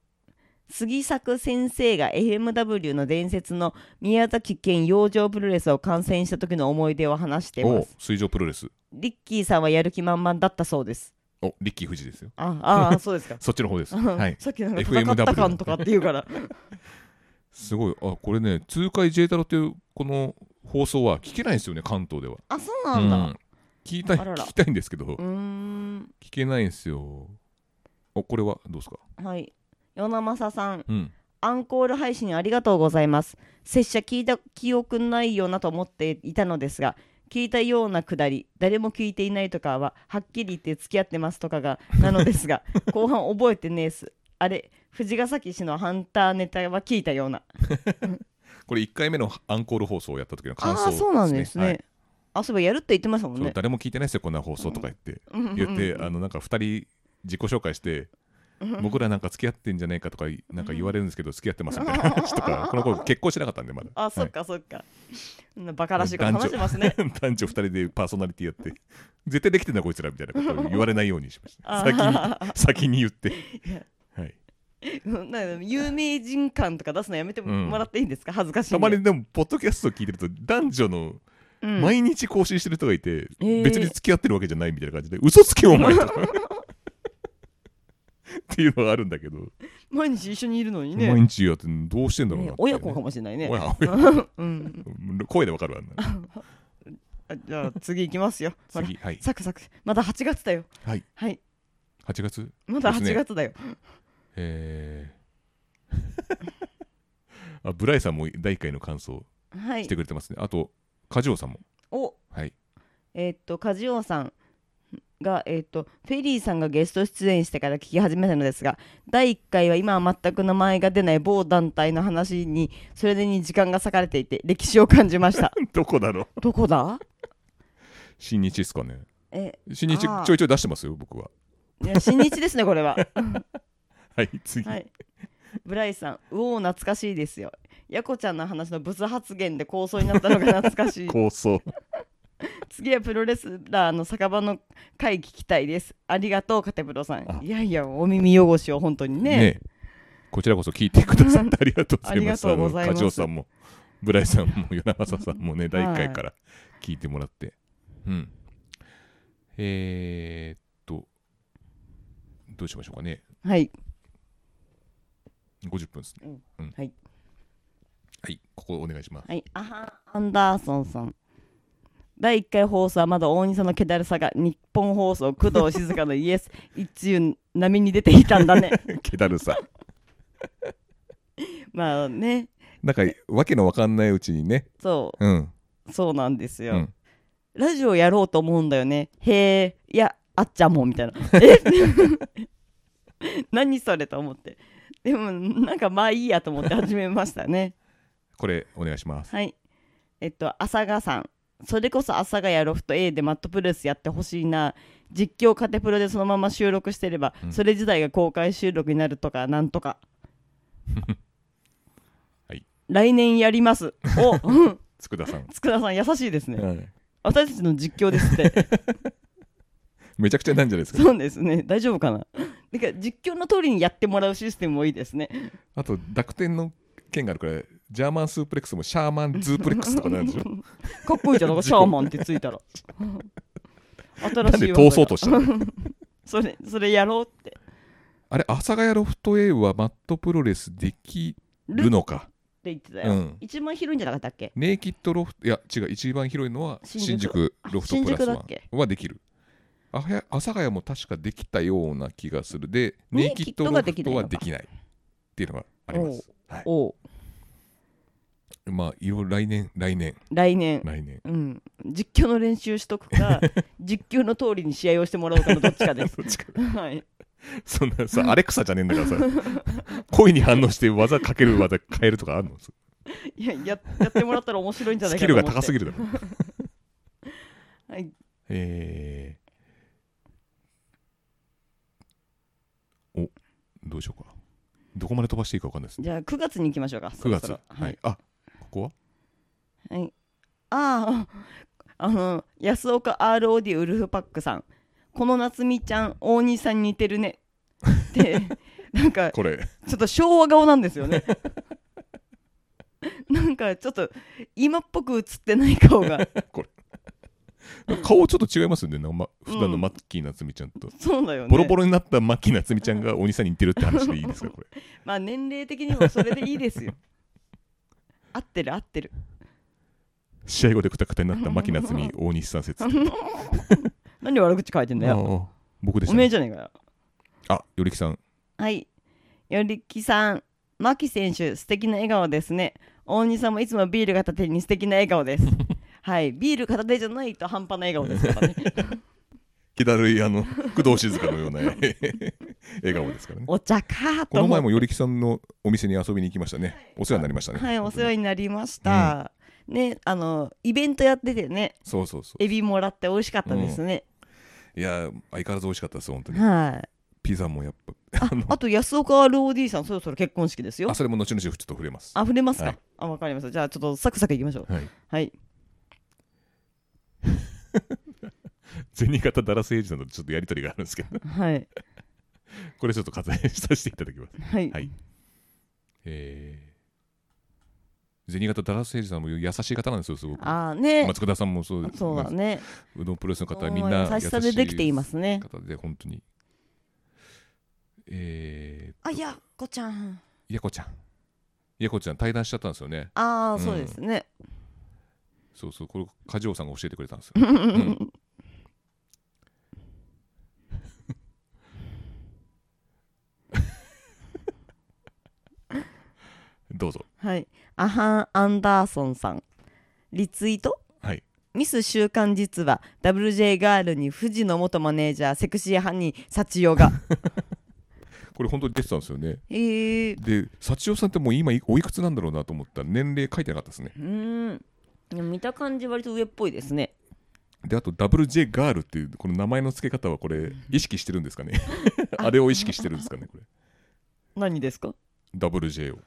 [SPEAKER 2] 杉作先生が FMW の伝説の宮崎県養生プロレスを観戦した時の思い出を話していま
[SPEAKER 1] お
[SPEAKER 2] す
[SPEAKER 1] 水上プロレス。
[SPEAKER 2] リッキーさんはやる気満々だったそうです
[SPEAKER 1] お、リッキー・フジですよ。
[SPEAKER 2] ああ ーそうですか
[SPEAKER 1] そっちの方です。は い。
[SPEAKER 2] さっきなんか
[SPEAKER 1] FMW
[SPEAKER 2] 戦った感とかって言うから
[SPEAKER 1] すごい。あ、これね、痛快 J 太郎っていうこの放送は聞けないんですよね、関東では。
[SPEAKER 2] あそうなん
[SPEAKER 1] う
[SPEAKER 2] だ
[SPEAKER 1] ん聞いたい
[SPEAKER 2] あらら
[SPEAKER 1] 聞きたいんですけど、
[SPEAKER 2] うーん
[SPEAKER 1] 聞けないんですよ。お、これはどうですか
[SPEAKER 2] はい与那正さん
[SPEAKER 1] うん。
[SPEAKER 2] アンコール配信ありがとうございます。拙者聞いた記憶ないよなと思っていたのですが、聞いたようなくだり、誰も聞いていないとかは、はっきり言って付き合ってますとかが、なのです が、後半覚えてねえっす。あれ、藤ヶ崎氏のハンターネタは聞いたような。
[SPEAKER 1] これ1回目のアンコール放送をやった時の
[SPEAKER 2] あ
[SPEAKER 1] 感想
[SPEAKER 2] あー、そうなんですね。
[SPEAKER 1] はい
[SPEAKER 2] あ、そういえばやるって言ってましたもん
[SPEAKER 1] そう
[SPEAKER 2] ね。
[SPEAKER 1] 誰も聞いてないですよ、こんな放送とか言って。
[SPEAKER 2] うんうんうん
[SPEAKER 1] 言って、あの、なんか2人自己紹介して、僕らなんか付き合ってんじゃないかとかなんか言われるんですけど付き合ってますみたい な話とかこの子結婚してなかったんでまだ
[SPEAKER 2] あ、そっ
[SPEAKER 1] か
[SPEAKER 2] かそっか。そんなバカらしいこと話してます ね。
[SPEAKER 1] 男女2人でパーソナリティやって絶対できてんだこいつらみたいなことを言われないようにしました
[SPEAKER 2] あ
[SPEAKER 1] 先に
[SPEAKER 2] ー
[SPEAKER 1] 先に言って
[SPEAKER 2] や、
[SPEAKER 1] はい、
[SPEAKER 2] なんか有名人感とか出すのやめてもらっていいんですか恥ずかしいんで。
[SPEAKER 1] たまにでもポッドキャストを聞いてると男女の
[SPEAKER 2] うん
[SPEAKER 1] 毎日更新してる人がいて、
[SPEAKER 2] ー
[SPEAKER 1] 別に付き合ってるわけじゃないみたいな感じで嘘つけお前 とかっていうのがあるんだけど、
[SPEAKER 2] 毎日一緒にいるのにね
[SPEAKER 1] 毎日やってどうしてんだろうな
[SPEAKER 2] ね
[SPEAKER 1] ってね、
[SPEAKER 2] 親子かもしれないね
[SPEAKER 1] おやおや
[SPEAKER 2] うん
[SPEAKER 1] 声でわ かるわ、あんな
[SPEAKER 2] あじゃあ次いきますよほら
[SPEAKER 1] 次はい
[SPEAKER 2] サクサクまだ8月だよ
[SPEAKER 1] はい
[SPEAKER 2] はい
[SPEAKER 1] 8月
[SPEAKER 2] まだ
[SPEAKER 1] ですね
[SPEAKER 2] 8月だよ
[SPEAKER 1] えー あブライさんも第1回の感想
[SPEAKER 2] は
[SPEAKER 1] し
[SPEAKER 2] い
[SPEAKER 1] てくれてますね、あと梶尾さんも
[SPEAKER 2] お
[SPEAKER 1] はい
[SPEAKER 2] えーっと梶尾さんが、えーっとフェリーさんがゲスト出演してから聞き始めたのですが第1回は今は全く名前が出ない某団体の話にそれに時間が割かれていて歴史を感じま した
[SPEAKER 1] どこだろ う
[SPEAKER 2] どこだ
[SPEAKER 1] 新日ですかね
[SPEAKER 2] え
[SPEAKER 1] 新日ち
[SPEAKER 2] あー
[SPEAKER 1] ょいちょい出してますよ僕はい
[SPEAKER 2] や新日ですねこれは
[SPEAKER 1] はい次、
[SPEAKER 2] はいブライさんうおー懐かしいですよやこちゃんの話のブス発言で構想になったのが懐かしい
[SPEAKER 1] 構想
[SPEAKER 2] 次はプロレスラーの酒場の会聞きたいですありがとうカテプロさ
[SPEAKER 1] あ
[SPEAKER 2] んいやいやお耳汚しを本当にね
[SPEAKER 1] ねこちらこそ聞いてくださってありがとうございます
[SPEAKER 2] ありがとうございます
[SPEAKER 1] あの梶尾さんもブライさんも与那政さんもね第1回から聞いてもらって、うんえー、っとどうしましょうかね
[SPEAKER 2] はい
[SPEAKER 1] 50分ですね、うん
[SPEAKER 2] はい
[SPEAKER 1] はいここお願いします
[SPEAKER 2] はい、アハン・アンダーソンさん。第1回放送はまだ大西さんの気だるさが日本放送工藤静香のイエス一遊波に出ていたんだ ね。
[SPEAKER 1] 気だるさ
[SPEAKER 2] まあね、
[SPEAKER 1] なんかわけのわかんないうちにね
[SPEAKER 2] そ
[SPEAKER 1] うん
[SPEAKER 2] う、そうなんですよ。
[SPEAKER 1] うん
[SPEAKER 2] ラジオやろうと思うんだよね。へえ、いや、あっちゃんもみたいな。え 何それと思って。でも、なんかまあいいやと思って始めましたね。
[SPEAKER 1] これお願いします
[SPEAKER 2] はい。えっと、朝賀さん。それこそ阿佐ヶ谷ロフト A でマットプレスやってほしいな実況カテプロでそのまま収録してれば、
[SPEAKER 1] うん
[SPEAKER 2] それ自体が公開収録になるとかなんとか
[SPEAKER 1] はい
[SPEAKER 2] 来年やりますおうん
[SPEAKER 1] 佃さん、
[SPEAKER 2] 佃さん優しい ですね、
[SPEAKER 1] はい
[SPEAKER 2] 私たちの実況ですって
[SPEAKER 1] めちゃくちゃなんじゃないですか
[SPEAKER 2] そうですね大丈夫かなだから実況の通りにやってもらうシステムもいいですね
[SPEAKER 1] あと濁点の件があるからジャーマンスープレックスもシャーマンズープレックスとかなんでしょ
[SPEAKER 2] かっこいいじゃんなんかシャーマンってついたら
[SPEAKER 1] な
[SPEAKER 2] 新
[SPEAKER 1] ん
[SPEAKER 2] しい
[SPEAKER 1] で
[SPEAKER 2] 技
[SPEAKER 1] 通
[SPEAKER 2] が
[SPEAKER 1] そうとしたの
[SPEAKER 2] それそれやろうって
[SPEAKER 1] あれ阿佐ヶ谷ロフト A はマットプロレスできるのか
[SPEAKER 2] って言ってた
[SPEAKER 1] う
[SPEAKER 2] よ、
[SPEAKER 1] ん
[SPEAKER 2] 一番広いんじゃなかったっ け
[SPEAKER 1] ネイキッドロフトいや違う一番広いのは新
[SPEAKER 2] 新
[SPEAKER 1] 宿
[SPEAKER 2] 宿
[SPEAKER 1] ロフトプラス
[SPEAKER 2] あ新宿だ
[SPEAKER 1] ワ
[SPEAKER 2] っけ
[SPEAKER 1] ンはできるあはや阿佐ヶ谷も確かできたような気がするでネ
[SPEAKER 2] ネ
[SPEAKER 1] イ
[SPEAKER 2] イ
[SPEAKER 1] キ
[SPEAKER 2] キ
[SPEAKER 1] ッ
[SPEAKER 2] ッ
[SPEAKER 1] ド
[SPEAKER 2] ド
[SPEAKER 1] ロ
[SPEAKER 2] ロ
[SPEAKER 1] フ
[SPEAKER 2] フ
[SPEAKER 1] ト
[SPEAKER 2] ト
[SPEAKER 1] は
[SPEAKER 2] は
[SPEAKER 1] で
[SPEAKER 2] で
[SPEAKER 1] き
[SPEAKER 2] き
[SPEAKER 1] ないっていうのがありますはい
[SPEAKER 2] おう
[SPEAKER 1] まあいろいろ来年来年
[SPEAKER 2] 来年、
[SPEAKER 1] 来年
[SPEAKER 2] うん、実況の練習しとく か実況の通りに試合をしてもらおうかのどっちか です
[SPEAKER 1] どっちか
[SPEAKER 2] はい
[SPEAKER 1] そんなさ、アレクサじゃねえんだからさ、声に反応して技かける技変えるとかあるの
[SPEAKER 2] いやややってもらったら面白いんじゃな
[SPEAKER 1] ス
[SPEAKER 2] い
[SPEAKER 1] キ
[SPEAKER 2] か
[SPEAKER 1] ル
[SPEAKER 2] と思
[SPEAKER 1] が
[SPEAKER 2] って
[SPEAKER 1] 高す
[SPEAKER 2] ぎ
[SPEAKER 1] ぎるだろ。
[SPEAKER 2] る、はい、
[SPEAKER 1] えー、お、どうしようか。どこまで飛ばしていいかわかんないですね。
[SPEAKER 2] じゃあ9月に行きましょうか
[SPEAKER 1] 9
[SPEAKER 2] そろ
[SPEAKER 1] 月。
[SPEAKER 2] そろ
[SPEAKER 1] は
[SPEAKER 2] はいい、。
[SPEAKER 1] あ、ここは
[SPEAKER 2] はい、あああの安岡 ROD ウルフパックさんこの夏美ちゃん大西さんに似てるねって なんか
[SPEAKER 1] これ。
[SPEAKER 2] ちょっと昭和顔なんですよね。 なんかちょっと今っぽく映ってない顔が
[SPEAKER 1] 顔ちょっと違いますよね。なんかま、普段の
[SPEAKER 2] うん
[SPEAKER 1] マッキー夏美ちゃんと。
[SPEAKER 2] そうだよね
[SPEAKER 1] ボロボロになったマッキー夏美ちゃんがお兄さんに似てるって話でいいです か、これ。
[SPEAKER 2] まあ年齢的にもそれでいいですよ合ってる合ってる
[SPEAKER 1] 試合後でくたくたになったマッキー夏美、大西さん説。
[SPEAKER 2] 何悪口書いてんだ
[SPEAKER 1] あ
[SPEAKER 2] よ
[SPEAKER 1] ー僕でし
[SPEAKER 2] お
[SPEAKER 1] た
[SPEAKER 2] めえ
[SPEAKER 1] ね。
[SPEAKER 2] じゃねえかよ
[SPEAKER 1] あ、よりきさん。
[SPEAKER 2] はいよりきさん牧選手素敵な笑顔ですね大西さんもいつもビール片手に素敵な笑顔 ですはいビール片手じゃないと半端な笑顔です からね
[SPEAKER 1] 気だるいあの工藤静香のような 笑顔ですからね。
[SPEAKER 2] お茶か
[SPEAKER 1] ことの
[SPEAKER 2] 思っ
[SPEAKER 1] 前
[SPEAKER 2] て
[SPEAKER 1] もよりきさんのお店に遊びに行きましたね。お世話になりましたね。
[SPEAKER 2] はいお世
[SPEAKER 1] に。
[SPEAKER 2] 話になりました、ねあのイベントやっててね
[SPEAKER 1] そうそうそ
[SPEAKER 2] エビもらって美味しかったですね、
[SPEAKER 1] う。いやー、相変わらず美味しかったです、本当に。
[SPEAKER 2] はい
[SPEAKER 1] ピザもやっぱ。
[SPEAKER 2] あ
[SPEAKER 1] あの
[SPEAKER 2] あと安岡 ROD さんそろそろ結婚式ですよ
[SPEAKER 1] あ、それも後々ちょっと触れます。
[SPEAKER 2] あ触れますか、
[SPEAKER 1] はい
[SPEAKER 2] あわかりましたじゃあちょっとサクサクいきましょう
[SPEAKER 1] はい。
[SPEAKER 2] はい
[SPEAKER 1] 銭形だらせじさんとちょっとやりとりがあるんですけ ど、
[SPEAKER 2] はい
[SPEAKER 1] これちょっと割愛させていただきます。
[SPEAKER 2] はい、
[SPEAKER 1] はいえー銭形ダラスエリさんも優しい方なんですよすごく
[SPEAKER 2] ああね、
[SPEAKER 1] 松倉さんもそう
[SPEAKER 2] そうだね
[SPEAKER 1] うどんプロレスの方はみんな
[SPEAKER 2] 優しさでできていますね
[SPEAKER 1] 方で本当にえ
[SPEAKER 2] あいやこちゃん
[SPEAKER 1] ー、やこちゃんやこちゃん対談しちゃったんですよね
[SPEAKER 2] あ
[SPEAKER 1] う
[SPEAKER 2] あ
[SPEAKER 1] ん
[SPEAKER 2] そうですね、
[SPEAKER 1] そうそうこれ梶尾さんが教えてくれたんですよんどうぞ
[SPEAKER 2] はいアハン・アンダーソンさんリツイート
[SPEAKER 1] はい
[SPEAKER 2] ミス週刊実は WJ ガールに富士の元マネージャーセクシーハニー幸代 が
[SPEAKER 1] これ本当に出てたんですよね
[SPEAKER 2] えー、
[SPEAKER 1] で幸代さんってもう今いおいくつなんだろうなと思ったら年齢書いてなかったですね
[SPEAKER 2] うーんでも見た感じ割と上っぽいですね
[SPEAKER 1] であと WJ ガールっていうこの名前の付け方はこれ意識してるんですかねあれを意識してるんですかねこれ
[SPEAKER 2] 何ですか
[SPEAKER 1] WJ を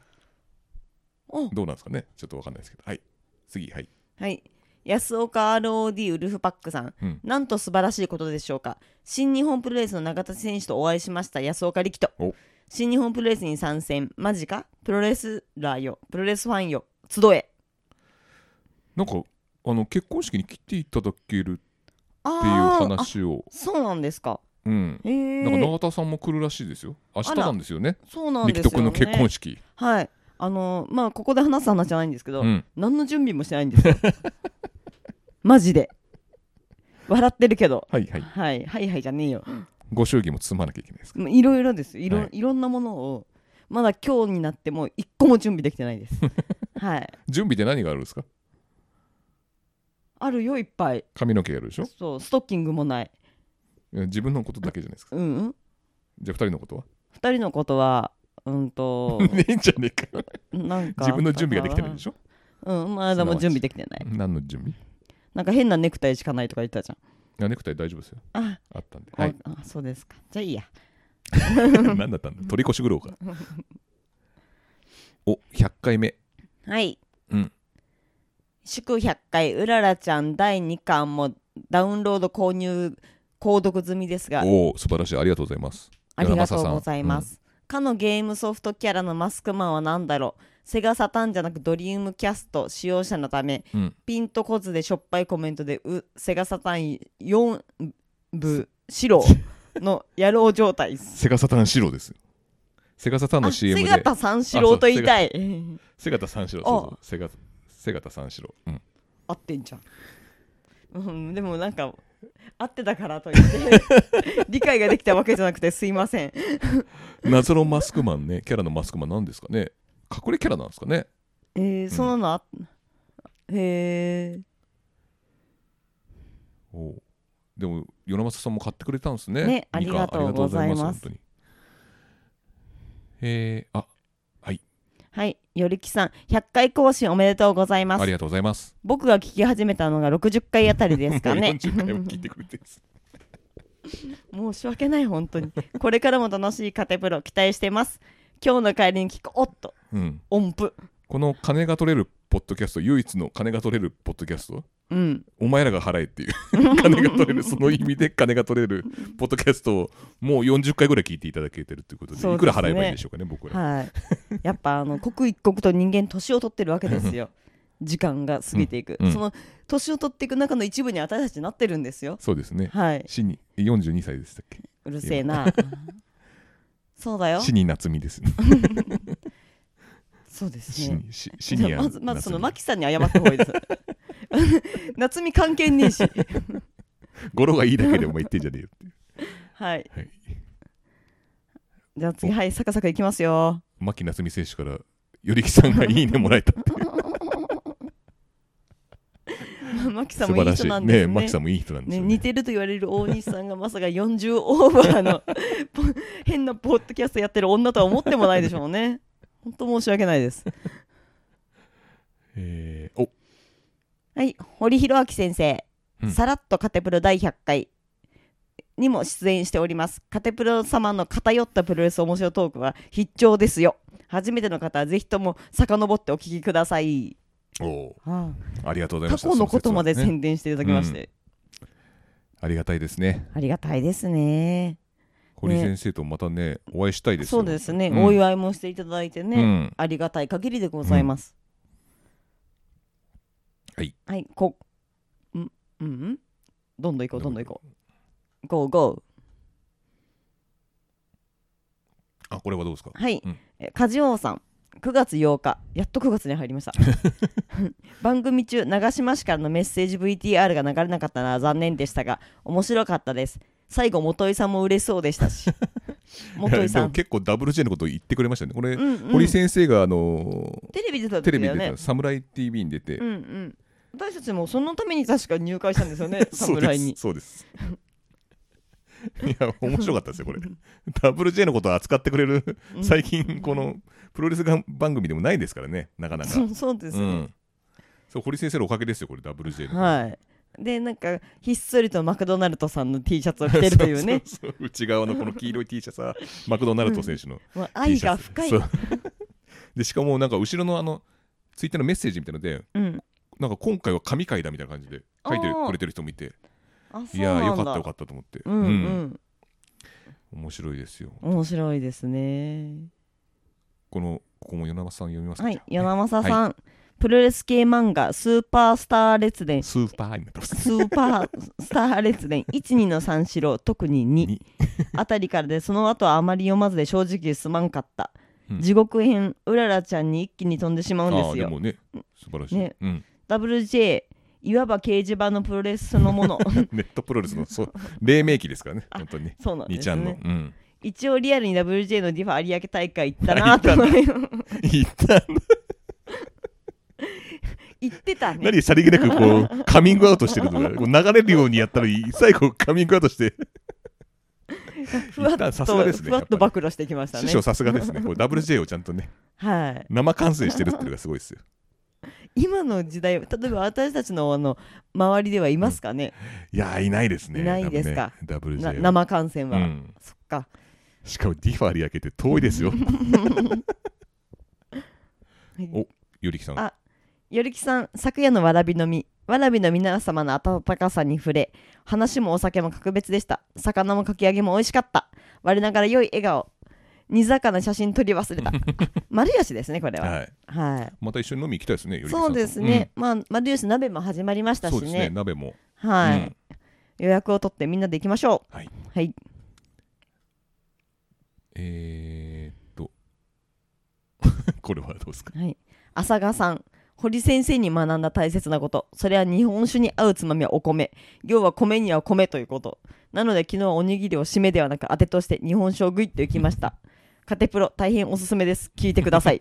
[SPEAKER 2] お
[SPEAKER 1] どうなんですかねちょっとわかんないですけどはい次はい
[SPEAKER 2] はい安岡 ROD ウルフパックさん、
[SPEAKER 1] うん
[SPEAKER 2] なんと素晴らしいことでしょうか新日本プロレスの永田選手とお会いしました安岡力人
[SPEAKER 1] お
[SPEAKER 2] 新日本プロレスに参戦マジかプロレスラーよプロレスファンよ集え
[SPEAKER 1] なんかあの結婚式に来ていただける
[SPEAKER 2] あ
[SPEAKER 1] っていう
[SPEAKER 2] ーあ
[SPEAKER 1] 話を
[SPEAKER 2] そうなんですか
[SPEAKER 1] うん
[SPEAKER 2] へえ
[SPEAKER 1] なんか永田さんも来るらしいですよ明日なんですよね
[SPEAKER 2] そうなんです
[SPEAKER 1] 力
[SPEAKER 2] よ、ね、
[SPEAKER 1] 徳の結婚式
[SPEAKER 2] はいあのまあここで話す話じゃないんですけど、
[SPEAKER 1] うん
[SPEAKER 2] 何の準備もしてないん ですよマジで笑ってるけど
[SPEAKER 1] はいはい
[SPEAKER 2] はい、はいはいじゃねえよ
[SPEAKER 1] ご祝儀も積まなきゃいけないです
[SPEAKER 2] もういろいろですいろ,、
[SPEAKER 1] はい
[SPEAKER 2] い、ろんなものをまだ今日になっても一個も準備できてないです はい
[SPEAKER 1] 準備で何があるんですか
[SPEAKER 2] あるよいっぱい
[SPEAKER 1] 髪の毛やるでしょ
[SPEAKER 2] そうストッキングもない
[SPEAKER 1] 自分のことだけじゃないですか
[SPEAKER 2] うんうん
[SPEAKER 1] じゃあ二人のことは
[SPEAKER 2] 二人のことはうんと
[SPEAKER 1] ねえんじゃねえか
[SPEAKER 2] なんか
[SPEAKER 1] 自分の準備ができてないでし
[SPEAKER 2] ょ
[SPEAKER 1] ょ
[SPEAKER 2] うんまだも準備できてない
[SPEAKER 1] 何の準備
[SPEAKER 2] なんか変なネクタイしかないとか言ってたじ
[SPEAKER 1] あネクタイ大丈夫ですよ
[SPEAKER 2] ゃんあ、
[SPEAKER 1] あったんで
[SPEAKER 2] お
[SPEAKER 1] はい
[SPEAKER 2] あそうですかじゃあいいや
[SPEAKER 1] 何だったんだ取り越し苦労か お100回目
[SPEAKER 2] はい、
[SPEAKER 1] うん
[SPEAKER 2] 祝100回うららちゃん第2巻もダウンロード購入購読済みですが
[SPEAKER 1] おお素晴らしいありがとうございます
[SPEAKER 2] ありがとうございます。かのゲームソフトキャラのマスクマンは何だろうセガサタンじゃなくドリームキャスト使用者のため、
[SPEAKER 1] うん
[SPEAKER 2] ピンとこずでしょっぱいコメントでうセガサタン4部白の野郎状態
[SPEAKER 1] セガサタンシローですセガサタンの
[SPEAKER 2] あ
[SPEAKER 1] CM
[SPEAKER 2] セ
[SPEAKER 1] で
[SPEAKER 2] ガタ三四郎と言いたい
[SPEAKER 1] セガタ三四郎そうそうセガセガタ三四郎うん
[SPEAKER 2] 合ってんじゃん、うん、でもなんか合ってたからといって 理解ができたわけじゃなくてすいません
[SPEAKER 1] 謎のマスクマンねキャラのマスクマンなんですかね隠れキャラなんですかね
[SPEAKER 2] えー、そんなのあっ、へえ
[SPEAKER 1] おうでも与那政さんも買ってくれたんですね
[SPEAKER 2] ね
[SPEAKER 1] みかん
[SPEAKER 2] ありがとうございます
[SPEAKER 1] ありがとうご本当にえー、あ
[SPEAKER 2] はい、よりきさん、100回更新おめでとうございま
[SPEAKER 1] あり
[SPEAKER 2] す。
[SPEAKER 1] がとうございます
[SPEAKER 2] 僕が聞き始めたのが60回あたりです か
[SPEAKER 1] もう
[SPEAKER 2] ね。
[SPEAKER 1] 40回も聞いてくれてるんです
[SPEAKER 2] 申し訳ない、本当に。これからも楽しいカテプロ期待してます。今日の帰りに聞く、おっと、
[SPEAKER 1] うん
[SPEAKER 2] 音符。
[SPEAKER 1] この金が取れるポッドキャスト唯一の金が取れるポッドキャスト
[SPEAKER 2] うん、
[SPEAKER 1] お前らが払えっていう 金が取れるその意味で金が取れるポッドキャストをもう40回ぐらい聞いていただけてるということで
[SPEAKER 2] そう
[SPEAKER 1] い
[SPEAKER 2] ですね
[SPEAKER 1] くら払えばいいんでしょうかね僕ら、
[SPEAKER 2] はい。やっぱ、あの、刻一刻と人間、年を取ってるわけですよ。時間が過ぎていく。
[SPEAKER 1] うんうん
[SPEAKER 2] その、年を取っていく中の一部に私たちなってるんですよ。
[SPEAKER 1] そうですね
[SPEAKER 2] はい。
[SPEAKER 1] 死に42歳でしたっけ
[SPEAKER 2] うるせえ な。そうだよ。
[SPEAKER 1] 死に夏 美ですね
[SPEAKER 2] そうです
[SPEAKER 1] 死
[SPEAKER 2] ね。
[SPEAKER 1] にし死にや
[SPEAKER 2] まずまずその
[SPEAKER 1] 夏
[SPEAKER 2] マキさんに謝った方がいいです 夏美関係ねえし
[SPEAKER 1] 美語呂がいいだけでお前言ってんじゃねえよっていう
[SPEAKER 2] はい、
[SPEAKER 1] はい
[SPEAKER 2] じゃあ次はいサカサカいきますよ
[SPEAKER 1] 牧夏美選手からよりきさんがいいねもらえた っていう
[SPEAKER 2] マキさん
[SPEAKER 1] 素
[SPEAKER 2] も
[SPEAKER 1] 晴
[SPEAKER 2] いい
[SPEAKER 1] らし
[SPEAKER 2] 人
[SPEAKER 1] い
[SPEAKER 2] なん
[SPEAKER 1] ね
[SPEAKER 2] で
[SPEAKER 1] え
[SPEAKER 2] すね
[SPEAKER 1] 牧さんもいい人なんです
[SPEAKER 2] ね
[SPEAKER 1] よ
[SPEAKER 2] 似
[SPEAKER 1] ね
[SPEAKER 2] てると言われる大西さんがまさか40オーバー のポ変なポッドキャストやってる女とは思ってもないでしょうね本当申し訳ないです
[SPEAKER 1] えーお
[SPEAKER 2] はい堀弘明先生、
[SPEAKER 1] うん
[SPEAKER 2] さらっとカテプロ第100回にも出演しておりますカテプロ様の偏ったプロレス面白トークは必聴ですよ初めての方はぜひとも遡ってお聞きください、
[SPEAKER 1] おーありがとうございま
[SPEAKER 2] 過
[SPEAKER 1] した
[SPEAKER 2] 去のこと
[SPEAKER 1] そ
[SPEAKER 2] ま
[SPEAKER 1] 説
[SPEAKER 2] で
[SPEAKER 1] はね
[SPEAKER 2] 宣伝していただきまして、
[SPEAKER 1] ありがたいですね
[SPEAKER 2] ありがたいですね
[SPEAKER 1] 堀先生とまたねお会いしたいですよ
[SPEAKER 2] そうですね、
[SPEAKER 1] うん
[SPEAKER 2] お祝いもしていただいてね、
[SPEAKER 1] うん
[SPEAKER 2] ありがたい限りでございます、
[SPEAKER 1] はい、
[SPEAKER 2] はい、こんうんどんどん行こうどんどん行こうゴーゴ
[SPEAKER 1] あこれはどうですか
[SPEAKER 2] ーはい、
[SPEAKER 1] うん
[SPEAKER 2] えー、梶王さん9月8日やっと9月に入りました 番組中長島市からのメッセージ VTR が流れなかったのは残念でしたが面白かったです最後元井さんも嬉しそうでした し元井
[SPEAKER 1] いや
[SPEAKER 2] さ
[SPEAKER 1] でも
[SPEAKER 2] ん
[SPEAKER 1] 結構 WJ のこと言ってくれましたねこれ、
[SPEAKER 2] うんうん
[SPEAKER 1] 堀先生があの
[SPEAKER 2] テレビ出た
[SPEAKER 1] テレ
[SPEAKER 2] 時
[SPEAKER 1] ビ
[SPEAKER 2] だ
[SPEAKER 1] で
[SPEAKER 2] よ
[SPEAKER 1] 出
[SPEAKER 2] ね
[SPEAKER 1] た「サムライ TV」に出て、
[SPEAKER 2] うんうん私たちもそのために確か入会したんですよね侍に
[SPEAKER 1] そうですそうですいや面白かったですよこれ WJ のことを扱ってくれる
[SPEAKER 2] うん
[SPEAKER 1] 最近このプロレスが番組でもないですからねなかなか
[SPEAKER 2] そうそうです
[SPEAKER 1] う
[SPEAKER 2] ね、
[SPEAKER 1] ん、そう堀先生のおかげですよこれ WJ の、、
[SPEAKER 2] はい。で、なんか、ひっそりとマクドナルドさんの T シャツを着てるというね
[SPEAKER 1] そうそうそう内側のこの黄色い T シャツはマクドナルド選手の T
[SPEAKER 2] もう愛
[SPEAKER 1] シャ
[SPEAKER 2] が
[SPEAKER 1] ツ
[SPEAKER 2] 深い。
[SPEAKER 1] そううでしかもなんか後ろのあのツイッターのメッセージみたいので
[SPEAKER 2] ん。
[SPEAKER 1] なんか今回は神回だみたいな感じで書いてる
[SPEAKER 2] あー
[SPEAKER 1] くれてる人もいて
[SPEAKER 2] あ、そう
[SPEAKER 1] いや
[SPEAKER 2] なん
[SPEAKER 1] ー
[SPEAKER 2] だ。
[SPEAKER 1] よかったよかったと思って、
[SPEAKER 2] うんう
[SPEAKER 1] うん
[SPEAKER 2] ん。
[SPEAKER 1] 面白いですよ
[SPEAKER 2] 面白いですね。
[SPEAKER 1] このここも与那さん読みますか、
[SPEAKER 2] は
[SPEAKER 1] じ
[SPEAKER 2] い
[SPEAKER 1] ゃ。あ
[SPEAKER 2] 柳正さん、プロレス系漫画、スーパースター列伝、
[SPEAKER 1] スーパーになってます
[SPEAKER 2] スーパースター列 伝、1、2の三四郎、特に2
[SPEAKER 1] に
[SPEAKER 2] あたりからで、その後はあまり読まずで正直すまんかった。
[SPEAKER 1] うん
[SPEAKER 2] 地獄編、うららちゃんに一気に飛んでしまうんで
[SPEAKER 1] あー
[SPEAKER 2] す
[SPEAKER 1] で
[SPEAKER 2] よ。
[SPEAKER 1] もね素晴らしい、
[SPEAKER 2] ね
[SPEAKER 1] うん
[SPEAKER 2] WJ、いわば掲示板のプロレスその もの。
[SPEAKER 1] ネットプロレスのそう黎明期ですからね本当にね
[SPEAKER 2] そうなん
[SPEAKER 1] 2
[SPEAKER 2] です
[SPEAKER 1] ちゃんの
[SPEAKER 2] ね、。
[SPEAKER 1] うん
[SPEAKER 2] 一応リアルに WJ のディファ有明大会行ったなと思い
[SPEAKER 1] 言ったんだ
[SPEAKER 2] 行ってたね。
[SPEAKER 1] 何さりげなくこ うカミングアウトしてるのがこう流れるようにやったらいい最後カミングアウトして
[SPEAKER 2] ふわっ
[SPEAKER 1] 一
[SPEAKER 2] と、
[SPEAKER 1] 旦さすがですね
[SPEAKER 2] ふわっと
[SPEAKER 1] やっ
[SPEAKER 2] 暴
[SPEAKER 1] ぱり
[SPEAKER 2] 露してきました
[SPEAKER 1] 師
[SPEAKER 2] ね。
[SPEAKER 1] 匠さすがですねこう WJ をちゃんとね
[SPEAKER 2] はい。
[SPEAKER 1] 生観戦してるっていうのがすごいですよ
[SPEAKER 2] 今の時代、例えば私たちのあの周りではいますかね、
[SPEAKER 1] いやーいないですね
[SPEAKER 2] いないですか
[SPEAKER 1] 多分ね
[SPEAKER 2] な
[SPEAKER 1] WJ は
[SPEAKER 2] 生観戦
[SPEAKER 1] う
[SPEAKER 2] は。
[SPEAKER 1] ん
[SPEAKER 2] そっか。
[SPEAKER 1] しかもディファリアけて遠いですよ おゆりきさん
[SPEAKER 2] あよりきさん、昨夜のわらびのみ。わらびの皆様の温かさに触れ、話もお酒も格別でした。魚もかき揚げも美味しかった。我ながら良い笑顔。煮魚写真撮り忘れ た。丸吉ですね、これは。
[SPEAKER 1] はい
[SPEAKER 2] はい
[SPEAKER 1] また一緒に飲み行きたいですねゆりきさんと
[SPEAKER 2] そうですね、まあ丸吉鍋も始まりまし
[SPEAKER 1] うん
[SPEAKER 2] たし
[SPEAKER 1] そ
[SPEAKER 2] ね
[SPEAKER 1] うですね鍋も
[SPEAKER 2] はい、
[SPEAKER 1] うん
[SPEAKER 2] 予約を取ってみんなで行きましょう
[SPEAKER 1] はい、
[SPEAKER 2] はい
[SPEAKER 1] えー、っと これはどうですか
[SPEAKER 2] はい、浅賀さん堀先生に学んだ大切なことそれは日本酒に合うつまみはお米要は米には米ということなので昨日はおにぎりを締めではなく当てとして日本酒をグイッといきましたカテプロ大変おすすめです聞いてく ださい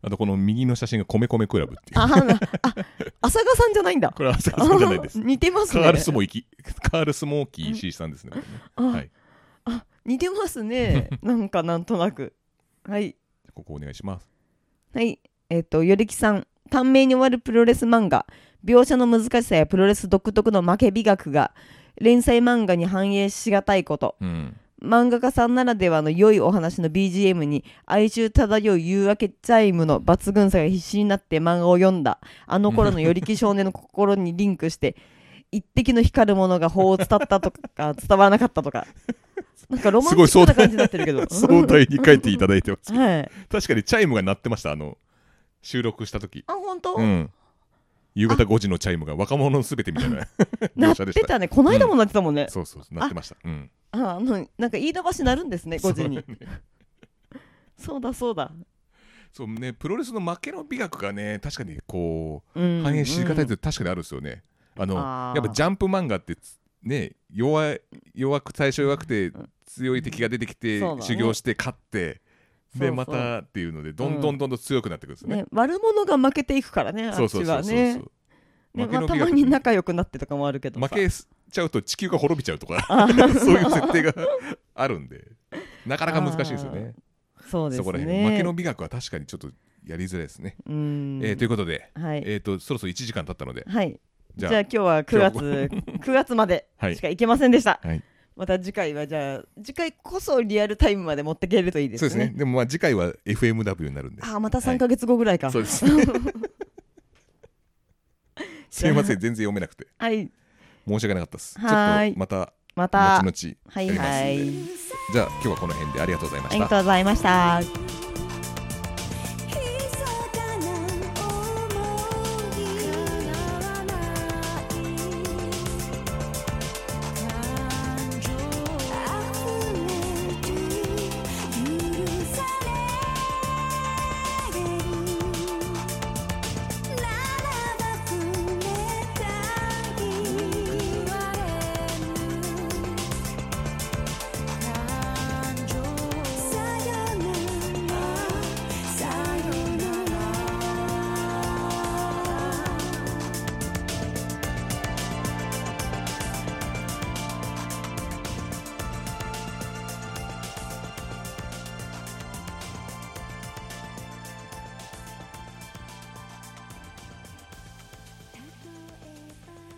[SPEAKER 1] あとこの右の写真が米米クラブっていう
[SPEAKER 2] あああ浅賀さんじゃないんだ
[SPEAKER 1] これは浅香さんじゃない です
[SPEAKER 2] 似てます
[SPEAKER 1] カ
[SPEAKER 2] ね
[SPEAKER 1] ールスモイキカールスモーキー石井さんですねこれね
[SPEAKER 2] あ、
[SPEAKER 1] はい
[SPEAKER 2] あ似てますねなんかなんとなくはい
[SPEAKER 1] ここお願いします
[SPEAKER 2] はい、えっ、と、よりきさん、短命に終わるプロレス漫画、描写の難しさやプロレス独特の負け美学が、連載漫画に反映しがたいこと、
[SPEAKER 1] うん。
[SPEAKER 2] 漫画家さんならではの良いお話の BGM に、哀愁漂う夕明けチャイムの抜群さが必死になって漫画を読んだ、あの頃のよりき少年の心にリンクして、 一滴の光るものが法を伝ったとか、 伝わらなかったとか、なんかロマンチックな感じになってるけど
[SPEAKER 1] 壮大に書いていただいてます
[SPEAKER 2] はい。
[SPEAKER 1] 確かにチャイムが鳴ってましたあの収録した時
[SPEAKER 2] あ、本当、
[SPEAKER 1] うん夕方5時のチャイムが若者のすべてみたいな
[SPEAKER 2] な
[SPEAKER 1] 描
[SPEAKER 2] っ
[SPEAKER 1] 写で
[SPEAKER 2] て
[SPEAKER 1] した
[SPEAKER 2] たね。この間もなってたもんね。
[SPEAKER 1] そうそうそう鳴ってましたうん
[SPEAKER 2] ああのなんか飯田橋なるんですね5時に そうだそうだ、
[SPEAKER 1] そうねプロレスの負けの美学がね確かにこ
[SPEAKER 2] うんうん
[SPEAKER 1] う反映しがたいって確かにあるんですよねあの
[SPEAKER 2] あー
[SPEAKER 1] やっぱジャンプ漫画ってつね弱い弱く最初弱くて
[SPEAKER 2] ん
[SPEAKER 1] 強い敵が出てきて
[SPEAKER 2] そうだね
[SPEAKER 1] 修行して勝って
[SPEAKER 2] そう
[SPEAKER 1] で
[SPEAKER 2] そう
[SPEAKER 1] またっていうのでどんどんどんどん強くなってくるんですね
[SPEAKER 2] ね悪者が負けていくからねあっちは
[SPEAKER 1] そ
[SPEAKER 2] ね
[SPEAKER 1] うそうそうそうそう
[SPEAKER 2] ね
[SPEAKER 1] 負け
[SPEAKER 2] まあ、
[SPEAKER 1] の
[SPEAKER 2] た
[SPEAKER 1] 美
[SPEAKER 2] ま
[SPEAKER 1] 学
[SPEAKER 2] に仲良くなってとかもあるけどさ
[SPEAKER 1] 負けちゃうと地球が滅びちゃうとかそういう設定があるんでなかなか難しいですよ ね
[SPEAKER 2] そうですね
[SPEAKER 1] そこら辺負けの美学は確かにちょっとやりづらいですね、
[SPEAKER 2] うん、
[SPEAKER 1] えーということで、
[SPEAKER 2] はい、
[SPEAKER 1] えー、とそろそろ1時間経ったので
[SPEAKER 2] はいじ
[SPEAKER 1] じ
[SPEAKER 2] ゃ
[SPEAKER 1] ゃ
[SPEAKER 2] あ
[SPEAKER 1] あ
[SPEAKER 2] 今日は9月 9月まで
[SPEAKER 1] はい
[SPEAKER 2] しか行けませんでした、
[SPEAKER 1] はい
[SPEAKER 2] また次回はじゃあ次回こそリアルタイムまで持ってけるといいです
[SPEAKER 1] そ
[SPEAKER 2] ね
[SPEAKER 1] うですねでもまあ次回は FMW になるんで
[SPEAKER 2] ああまた3か月後ぐらいか、
[SPEAKER 1] そう ですねすみません全然読めなくて
[SPEAKER 2] はい
[SPEAKER 1] 申し訳なかったですちょっ
[SPEAKER 2] はーい
[SPEAKER 1] とまた
[SPEAKER 2] また
[SPEAKER 1] 後々やりますんで
[SPEAKER 2] はいはい
[SPEAKER 1] じゃあ今日はこの辺でありがとうございま
[SPEAKER 2] あ
[SPEAKER 1] し
[SPEAKER 2] り
[SPEAKER 1] た
[SPEAKER 2] がとうございました